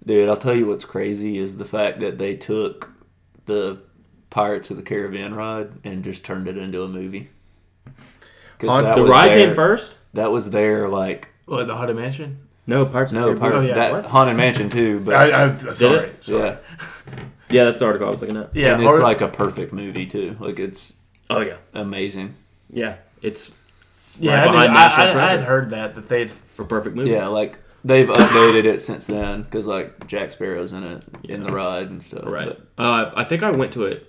S1: Dude, I'll tell you what's crazy is the fact that they took the Pirates of the Caribbean ride and just turned it into a movie. 'Cause
S2: Haunt-
S1: that
S3: the
S1: was
S3: ride
S1: their-
S3: came first.
S1: That was their like
S2: What the haunted mansion?
S3: No, Pirates of
S1: no
S3: the Caribbean.
S1: Pirates
S2: Oh, yeah,
S1: that
S2: what?
S1: Haunted Mansion too, but
S2: I, I, sorry,
S3: it?
S2: sorry.
S1: yeah,
S3: Yeah, that's the article I was looking at.
S2: Yeah,
S1: and it's
S2: or-
S1: like a perfect movie too. Like it's
S3: Oh yeah,
S1: amazing.
S3: yeah. It's
S2: yeah.
S3: right
S2: I, knew-
S3: behind
S2: I-
S3: National
S2: I- I had
S3: Treasure.
S2: heard that that they
S3: for perfect movies.
S1: Yeah, like they've updated it since then because like Jack Sparrow's in it in the ride and stuff.
S3: right. Uh, I think I went to it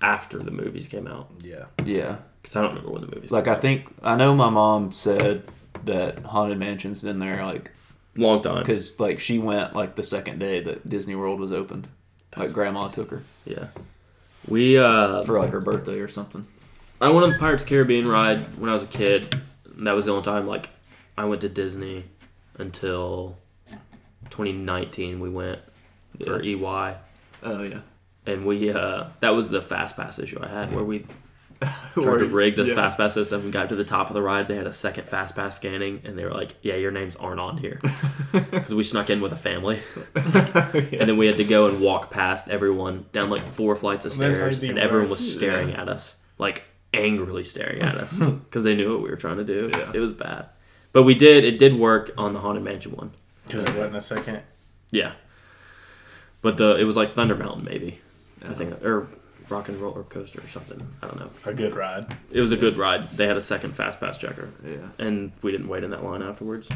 S3: after the movies came out
S2: yeah.
S1: but yeah.
S3: because I don't remember when the movies.
S1: Like I think I know my mom said that Haunted Mansion's been there like
S3: long time.
S1: because like she went like the second day that Disney World was opened. Like grandma took her
S3: Yeah, we. Uh,
S1: for like her birthday or something.
S3: I went on the Pirates of the Caribbean ride when I was a kid. And that was the only time like I went to Disney until 2019. We went for E EY,
S1: Oh yeah.
S3: and we uh, that was the fast pass issue I had where we tried to rig the fast pass system and got to the top of the ride. They had a second fast pass scanning, and they were like, "Yeah, your names aren't on here," because we snuck in with a family, and then we had to go and walk past everyone down like four flights of
S2: And that's like
S3: stairs,
S2: the
S3: and everyone
S2: worst.
S3: was staring at us, like angrily staring at us, because they knew what we were trying to do. It was bad, but we did. It did work on the haunted mansion one.
S2: Because it wasn't a second.
S3: Yeah, but the it was like Thunder Mountain maybe, I think, or Rock and Roller Coaster or something. I don't know.
S2: A good ride.
S3: It was a good ride. They had a second fast pass checker,
S2: [LAUGHS]
S1: Yeah.
S3: and we didn't wait in that line afterwards.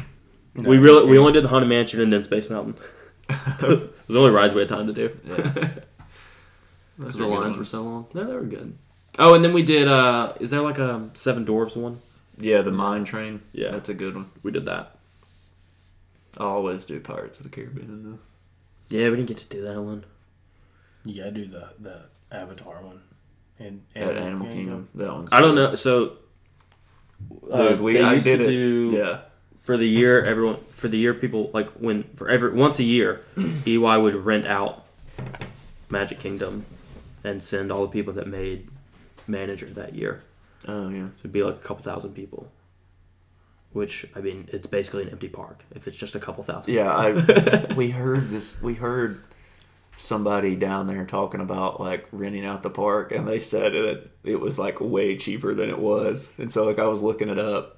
S3: we really we only did the Haunted Mansion and then Space Mountain. [LAUGHS] it was the only rides we had time to do. [LAUGHS]
S1: Those
S3: 'Cause
S1: are
S3: the
S1: good
S3: lines were
S1: ones.
S3: so long. No, they were good. Oh, and then we did. uh Is there like a Seven Dwarfs one?
S1: Yeah, the mine train.
S3: Yeah.
S1: that's a good one.
S3: We did that.
S1: I always do Pirates of the Caribbean though.
S3: Yeah, we didn't get to do that one.
S2: You gotta do the the Avatar one. And
S1: At Animal Kingdom, that one's.
S3: I don't know. So, uh,
S1: Dude, we
S3: they
S1: I
S3: used
S1: did
S3: to
S1: it.
S3: do
S1: Yeah,
S3: for the year. Everyone for the year, people like when for every once
S9: [CLEARS THROAT]
S3: a year, EY would rent out Magic Kingdom and send all the people that made manager that year.
S1: oh yeah,
S3: So it'd be like a couple thousand people. Which I mean, it's basically an empty park if it's just a couple thousand.
S1: yeah. [LAUGHS] I we heard this. We heard somebody down there talking about like renting out the park, and they said that it was like way cheaper than it was. And so like I was looking it up,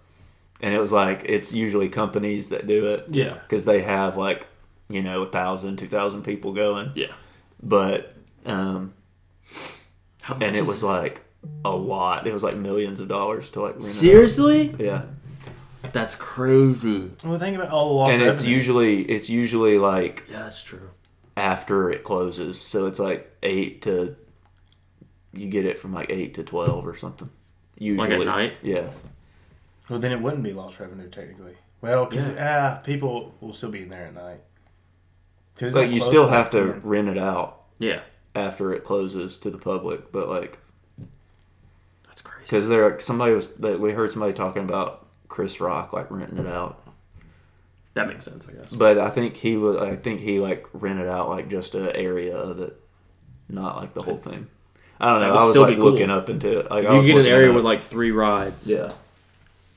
S1: and it was like it's usually companies that do it
S2: Yeah.
S1: because they have like you know a thousand, two thousand people going.
S9: Yeah.
S1: But um,
S9: How much
S1: and it
S9: is-
S1: was like a lot. It was like millions of dollars to like rent it out.
S9: seriously.
S1: Yeah,
S9: That's crazy.
S2: Well, think about all the lost
S1: and it's
S2: revenue.
S1: usually it's usually like
S9: Yeah, that's true.
S1: after it closes, so it's like eight to you get it from like eight to twelve or something. Usually,
S9: night?
S1: Yeah,
S2: Well, then it wouldn't be lost revenue technically. Well, because ah, people will still be in there at night. 'Cause
S1: like
S2: it'll
S1: you
S2: close
S1: still
S2: at
S1: have to
S2: 10.
S1: rent it out
S9: Yeah,
S1: after it closes to the public, but like
S9: that's crazy.
S1: because there somebody was that we heard somebody talking about Chris Rock like renting it out,
S9: That makes sense, I guess.
S1: but I think he was I think he like rented out like just an area of it, not like the whole thing. I don't
S9: That
S1: know.
S9: would
S1: I was
S9: still be
S1: like
S9: cool.
S1: looking up into it. Like,
S9: If
S1: I
S9: you
S1: was
S9: get an
S1: looking
S9: area
S1: up-
S9: with like three rides,
S1: yeah.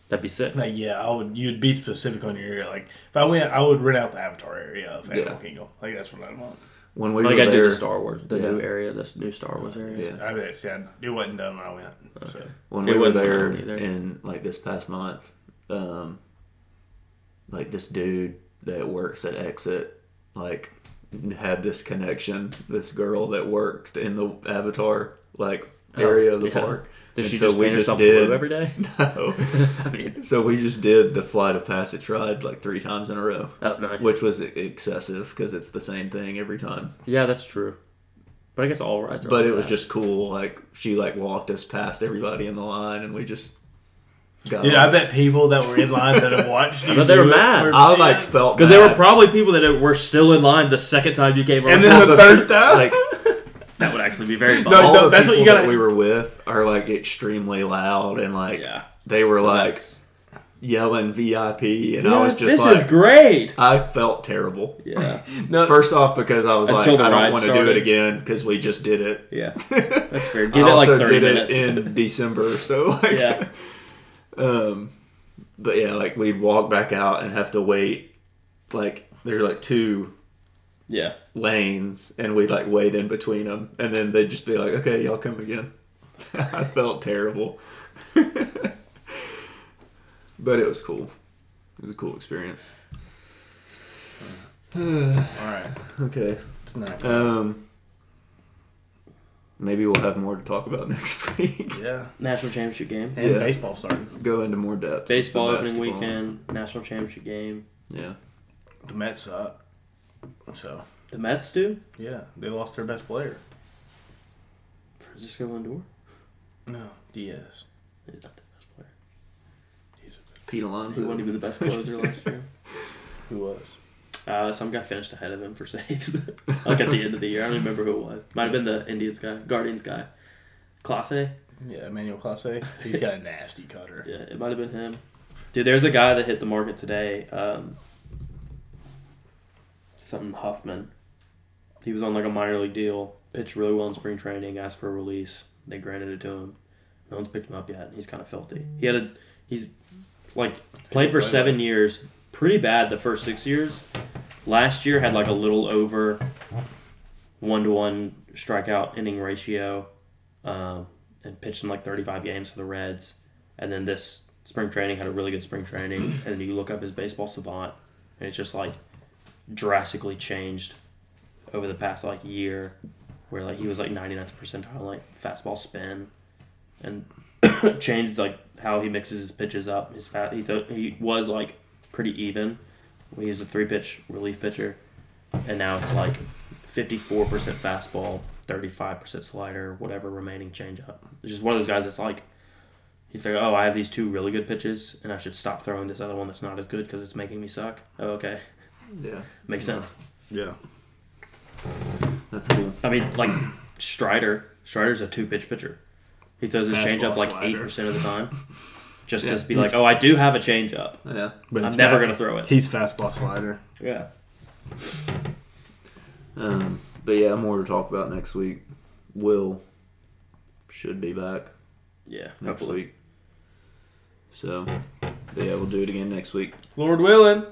S9: that'd be sick.
S2: Like, yeah, I would. You'd be specific on your area. Like if I went, I would rent out the Avatar area of Animal
S1: Yeah.
S2: Kingdom. Like that's what I'd want.
S1: When we
S9: Like
S1: were
S9: I did
S1: there,
S9: the Star Wars, the
S1: Yeah.
S9: new area, this new Star Wars area.
S1: Yeah.
S2: I would see. I, it wasn't done when I went. So.
S1: when
S9: It
S1: we were
S9: wasn't
S1: there
S9: mine either.
S1: in like this past month, um, like this dude that works at Exit, like had this connection, this girl that works in the Avatar like area of the
S9: Oh, yeah.
S1: park.
S9: Did
S1: And
S9: she
S1: so
S9: just
S1: we
S9: paint
S1: just
S9: herself
S1: did-
S9: blue every
S3: [LAUGHS]
S9: day?
S1: [LAUGHS] No.
S9: I mean,
S1: so we just did the Flight of Passage ride like three times in a row,
S9: oh, nice.
S1: which was excessive because it's the same thing every time.
S9: yeah, that's true. But I guess all rides are.
S1: But
S9: like
S1: it was
S9: that.
S1: just cool. Like she like walked us past everybody in the line, and we just got.
S2: Dude,
S1: on.
S2: I bet people that were in line that
S1: [LAUGHS]
S2: have watched. you
S9: bet they were
S2: do it
S9: mad.
S1: I
S2: mad.
S1: like felt
S9: because there were
S1: bad.
S9: probably people that were still in line the second time you came.
S2: And
S9: over.
S2: then the third time.
S1: like
S9: that would actually be very fun.
S2: No,
S1: all the
S2: that's
S1: people
S2: what you gotta-
S1: that we were with are like extremely loud and like
S9: yeah.
S1: they [LAUGHS] were
S3: So
S1: like
S3: that's-
S1: yelling VIP and I was just
S9: this
S1: like
S9: is
S1: [LAUGHS]
S9: great.
S1: I felt terrible.
S9: Yeah,
S2: no,
S1: First off, because I was
S9: Until
S1: like,
S9: the
S1: I don't
S9: ride
S1: want to do
S9: started.
S1: it again because we just did it.
S9: yeah,
S1: That's [LAUGHS]
S9: that's fair. Give
S1: I
S9: it like
S1: also
S9: thirty
S1: did
S9: minutes.
S1: it
S9: [LAUGHS]
S1: in December, so like,
S9: Yeah.
S1: [LAUGHS] um, but yeah, like we'd walk back out and have to wait. Like there's like two
S9: [LAUGHS] yeah,
S1: lanes and we'd like wait in between them and then they'd just be like okay y'all come again [LAUGHS] i felt terrible [LAUGHS] but it was cool it was a cool experience
S2: all right,
S1: okay
S2: it's not.
S1: um maybe we'll have more to talk about [LAUGHS] next week
S2: yeah,
S3: National championship game.
S2: and
S1: yeah.
S2: baseball started.
S1: go into more depth with
S3: Baseball
S1: the
S3: opening
S1: basketball.
S3: weekend, national championship game.
S1: yeah
S2: The Mets up. So
S3: The Mets do?
S2: yeah, they lost their best player.
S3: Francisco Lindor?
S2: No, Diaz.
S3: He's not the best player.
S1: pete
S3: He wasn't
S1: alonso
S3: even the best closer last year.
S2: Who was?
S3: Uh, some guy finished ahead of him for [LAUGHS] saves, like at the end of the year. I don't remember who it was. Might have been the Indians guy, Guardians guy, Classe.
S2: Yeah, Emmanuel Classe. He's got a nasty cutter.
S3: Yeah, it might have been him. Dude, there's a guy that hit the market today. Um, something Huffman. He was on like a minor league deal. Pitched really well in spring training. Asked for a release. They granted it to him. No one's picked him up yet. and He's kind of filthy. He had a he's like played for seven years. Pretty bad the first six years. Last year had like a little over one to one strikeout inning ratio, um, and pitched in like 35 games for the Reds. And then this spring training had a really good spring training. and then you look up his baseball savant, and it's just like drastically changed over the past like year, where like he was like 99th percentile like fastball spin, and [COUGHS] changed like how he mixes his pitches up. His fat he th- he was like pretty even. He was a three pitch relief pitcher, and now it's like 54% fastball, 35% slider, whatever remaining changeup. It's just one of those guys that's like, you figure, oh, I have these two really good pitches, and I should stop throwing this other one that's not as good because it's making me suck. Oh, okay.
S1: yeah
S3: Makes sense.
S2: Yeah.
S1: that's cool
S3: I mean, like Strider. Strider's a two pitch pitcher. He throws his
S2: Fastball,
S3: changeup like
S2: slider.
S3: 8% of the time. Just
S1: Yeah,
S3: to be like, oh, I do have a changeup.
S1: yeah
S2: But
S3: I'm
S2: it's
S3: never
S2: fat-
S3: gonna throw it.
S2: He's fastball slider.
S3: Yeah.
S1: um but yeah more to talk about next week will should be back
S3: Yeah.
S1: next
S3: Hopefully.
S1: week. So, yeah, we'll do it again next week.
S2: Lord willing.